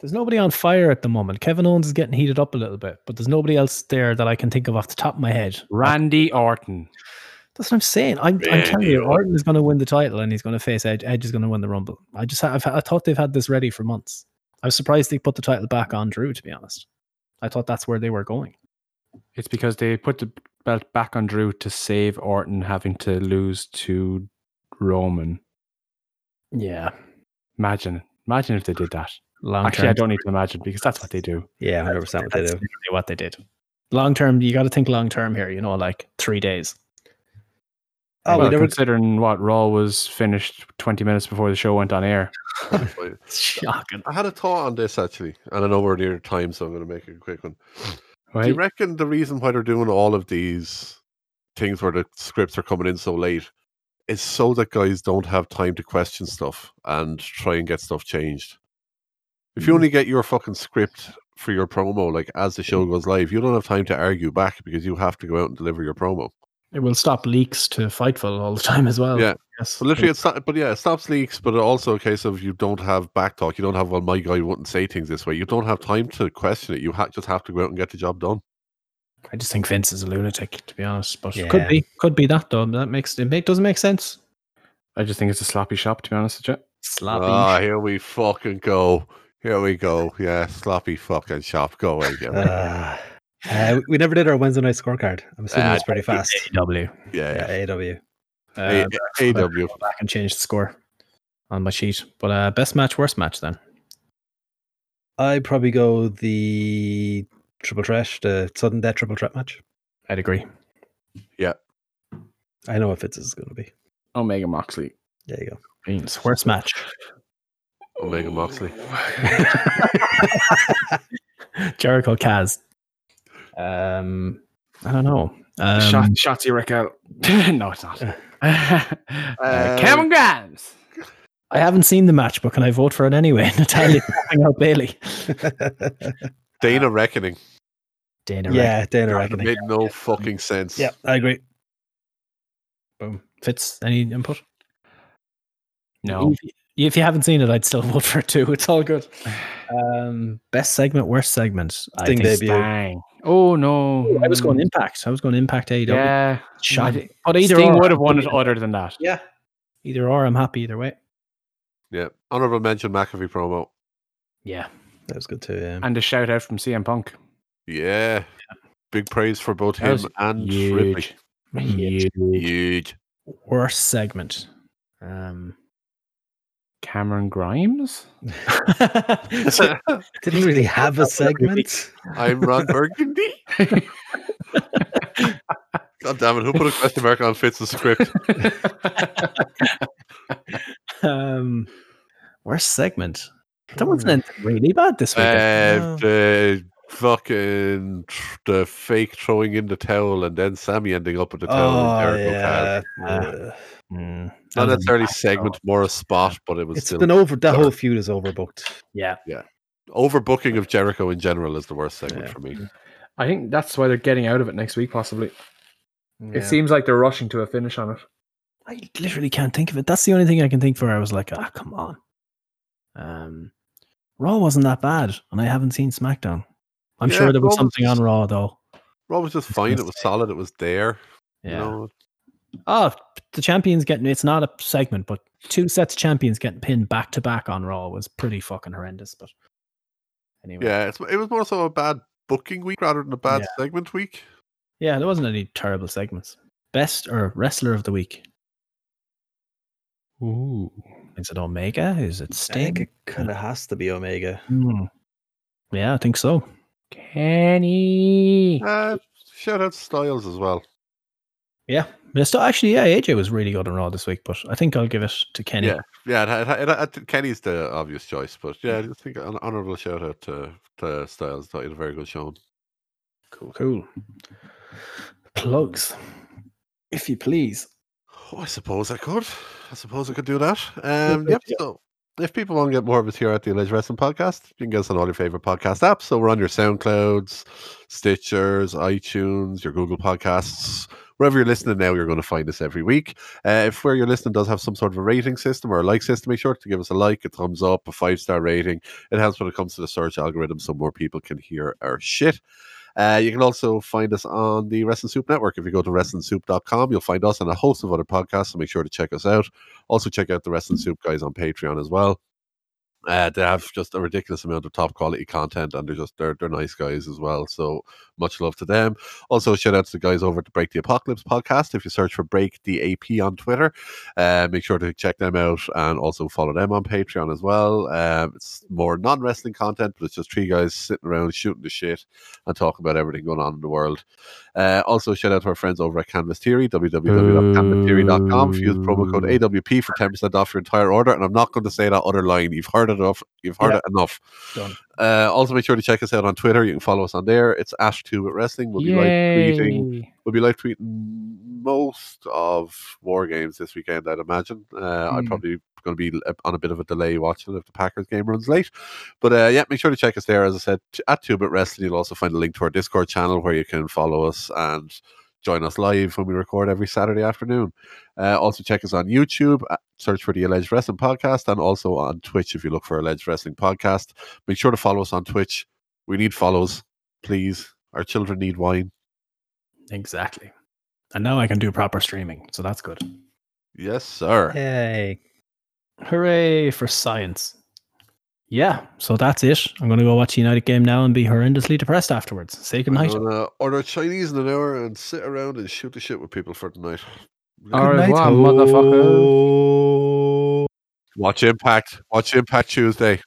S5: There's nobody on fire at the moment. Kevin Owens is getting heated up a little bit, but there's nobody else there that I can think of off the top of my head.
S4: Randy Orton.
S5: That's what I'm saying. I'm, I'm telling you, Orton is going to win the title and he's going to face Edge. Edge is going to win the Rumble. I just ha- I've, I thought they've had this ready for months. I was surprised they put the title back on Drew. To be honest, I thought that's where they were going.
S4: It's because they put the belt back on Drew to save Orton having to lose to Roman.
S5: Yeah,
S4: Imagine, imagine if they did that.
S5: long
S4: Actually, I don't need to imagine because that's what they do.
S7: Yeah, hundred percent what they
S5: That's
S7: do.
S5: literally what they did. Long term, you got to think long term here. You know, like three days.
S7: Oh,
S4: well,
S7: we never.
S4: considering what Raw was finished 20 minutes before the show went on air.
S5: Shocking.
S6: I had a thought on this actually, and I know we're near time, so I'm going to make it a quick one. Do you
S4: Right?
S6: reckon the reason why they're doing all of these things where the scripts are coming in so late is so that guys don't have time to question stuff and try and get stuff changed? If you only get your fucking script for your promo, like as the show goes live, you don't have time to argue back because you have to go out and deliver your promo.
S5: It will stop leaks to Fightful all the time as well.
S6: Yeah.
S5: Yes.
S6: So literally, it's not, but yeah, it stops leaks, but also a case of you don't have back talk. You don't have, well, my guy wouldn't say things this way. You don't have time to question it. You ha- just have to go out and get the job done.
S5: I just think Vince is a lunatic, to be honest. But
S7: Yeah.
S5: could be, could be that though. That makes it make, doesn't make sense.
S4: I just think it's a sloppy shop, to be honest with you.
S5: Sloppy.
S6: Ah, here we fucking go. Here we go. Yeah, sloppy fucking shop. Go away. Yeah,
S7: Uh, uh, we never did our Wednesday night scorecard. I'm assuming
S6: Uh,
S7: it's pretty fast. E
S5: AW.
S6: yeah.
S7: Yeah, AW.
S5: Uh,
S6: A- E AW.
S5: go back and change the score on my sheet. But uh, best match, worst match then.
S7: I probably go the triple threat, the sudden death triple threat match.
S5: I'd agree.
S7: I know what Fitz's is going to be.
S4: Omega Moxley.
S7: There you go.
S5: Beans. Worst match.
S6: Omega Moxley.
S5: Jericho Kaz. Um, I don't know. Um,
S4: Shot, Shotzi Raquel. no, it's not. uh,
S6: Um,
S4: Cameron Grimes.
S5: I haven't seen the match, but can I vote for it anyway? Natalia tapping out Bailey.
S6: Dana Reckoning.
S5: Dana. Rec-
S7: yeah, Dana
S6: It
S7: reckoning.
S6: made no fucking sense.
S7: Yeah, I agree.
S5: Boom. Fitz, any input?
S4: No.
S5: If, you- if you haven't seen it, I'd still vote for it too. It's all good. Um, best segment, worst segment.
S7: Sting
S5: think
S7: debut.
S4: Bang. Oh no.
S5: Ooh, I was going Impact. I was going Impact AEW.
S4: Yeah.
S5: Shocking.
S4: I-
S5: But either
S4: Sting
S5: or,
S4: would
S5: I'm
S4: have won it
S5: happy-
S4: other than that.
S5: Yeah. Either or, I'm happy either way.
S6: Yeah. Honorable mention McAfee promo.
S5: Yeah.
S7: That was good too. Yeah.
S4: And a shout out from CM Punk.
S6: Yeah. Big praise for both
S4: That
S6: him
S4: was
S6: and Ripley.
S4: Huge. Huge.
S6: Huge.
S5: Worst segment. Um,
S4: Cameron Grimes?
S7: Didn't really have a segment.
S6: I'm Ron Burgundy. God damn it. Who put a question mark on Fitz's script?
S5: um, worst segment. That one's been really bad this
S6: Uh,
S5: week.
S7: Oh.
S6: the fucking tr- the fake throwing in the towel and then Sammy ending up with the towel. in
S7: Oh
S6: Jericho
S7: yeah,
S5: Uh, Mm.
S6: Not
S5: Um,
S6: necessarily segment, more a spot, but it was
S7: it's
S6: still
S7: been over. That
S6: Sorry.
S7: whole feud is overbooked.
S5: Yeah.
S6: overbooking of Jericho in general is the worst segment
S7: Yeah.
S6: for me.
S4: I think that's why they're getting out of it next week, possibly.
S7: Yeah.
S4: It seems like they're rushing to a finish on it.
S5: I literally can't think of it. That's the only thing I can think for. I was like, ah, come on. Um, Raw wasn't that bad, and I haven't seen SmackDown. I'm
S6: Yeah,
S5: sure there was
S6: Raw was-
S5: something on Raw though.
S6: Rob was just
S5: gonna
S6: fine. It was solid. It was there. You know,
S5: Oh, the champions getting it's not a segment, but two sets of champions getting pinned back to back on Raw was pretty fucking horrendous. But anyway,
S6: yeah. It's, it was more so a bad booking week rather than a bad
S5: Yeah.
S6: segment week.
S5: Yeah, there wasn't any terrible segments. Best or wrestler of the week?
S4: Ooh.
S5: Is it Omega? Is it
S7: I think
S5: Sting?
S7: it kind of has to be Omega.
S5: Hmm. Yeah, I think so.
S4: Kenny.
S6: Uh, shout out to Styles as well.
S5: Yeah. It's still, actually, yeah, AJ was really good on Raw this week, but I think I'll give it to Kenny.
S6: Yeah, it, had- it, had- it- Kenny's the obvious choice, but yeah, I just think an honourable shout out to, to Styles. Thought he had a very good showing.
S5: Cool. Cool. Plugs. If you please.
S6: Oh, I suppose I could. I suppose I could do that. Um, yep. So, if people want to get more of us here at the Alleged Wrestling Podcast, you can get us on all your favorite podcast apps. So we're on your SoundClouds, Stitchers, iTunes, your Google Podcasts. Wherever you're listening now, you're going to find us every week. Uh, if where you're listening does have some sort of a rating system or a like system, make sure to give us a like, a thumbs up, a five star rating. It helps when it comes to the search algorithm so more people can hear our shit. Uh, you can also find us on the Wrestling Soup Network. If you go to WrestlingSoup.com, you'll find us and a host of other podcasts, so make sure to check us out. Also, check out the Wrestling Soup guys on Patreon as well. Uh, they have just a ridiculous amount of top quality content, and they're just they're, they're nice guys as well. So much love to them. Also, shout out to the guys over at the Break the Apocalypse podcast. If you search for Break the AP on Twitter, uh, make sure to check them out and also follow them on Patreon as well. Um, it's more non wrestling content, but it's just three guys sitting around shooting the shit and talk about everything going on in the world. Uh, also, shout out to our friends over at Canvas Theory, www.canvastheory.com. If you use promo code AWP for 10% off your entire order, and I'm not going to say that other line. You've heard it enough. You've heard
S5: Yeah.
S6: it enough.
S5: Done.
S6: Uh, also, make sure to check us out on Twitter. You can follow us on there. It's Ash2 at Wrestling. We'll be live tweeting. We'll be live tweeting most of War Games this weekend, I'd imagine. Uh, I'm
S7: Hmm.
S6: probably going to be uh, on a bit of a delay watching if the Packers game runs late. But uh, yeah, make sure to check us there. As I said, t- at Two Bit Wrestling, you'll also find a link to our Discord channel where you can follow us and join us live when we record every Saturday afternoon. Uh, also, check us on YouTube. uh, Search for the Alleged Wrestling Podcast and also on Twitch if you look for Alleged Wrestling Podcast. Make sure to follow us on Twitch. We need follows, please. Our children need wine.
S5: Exactly. And now I can do proper streaming, so that's good.
S6: Yes, sir.
S7: Hey,
S5: Hooray for science. Yeah, so that's it. I'm going to go watch the United game now and be horrendously depressed afterwards. Say
S6: I'm
S5: goodnight.
S6: gonna order Chinese in an hour and sit around and shoot the shit with people for tonight.
S4: Au revoir, motherfucker.
S6: Watch Impact. Watch Impact Tuesday.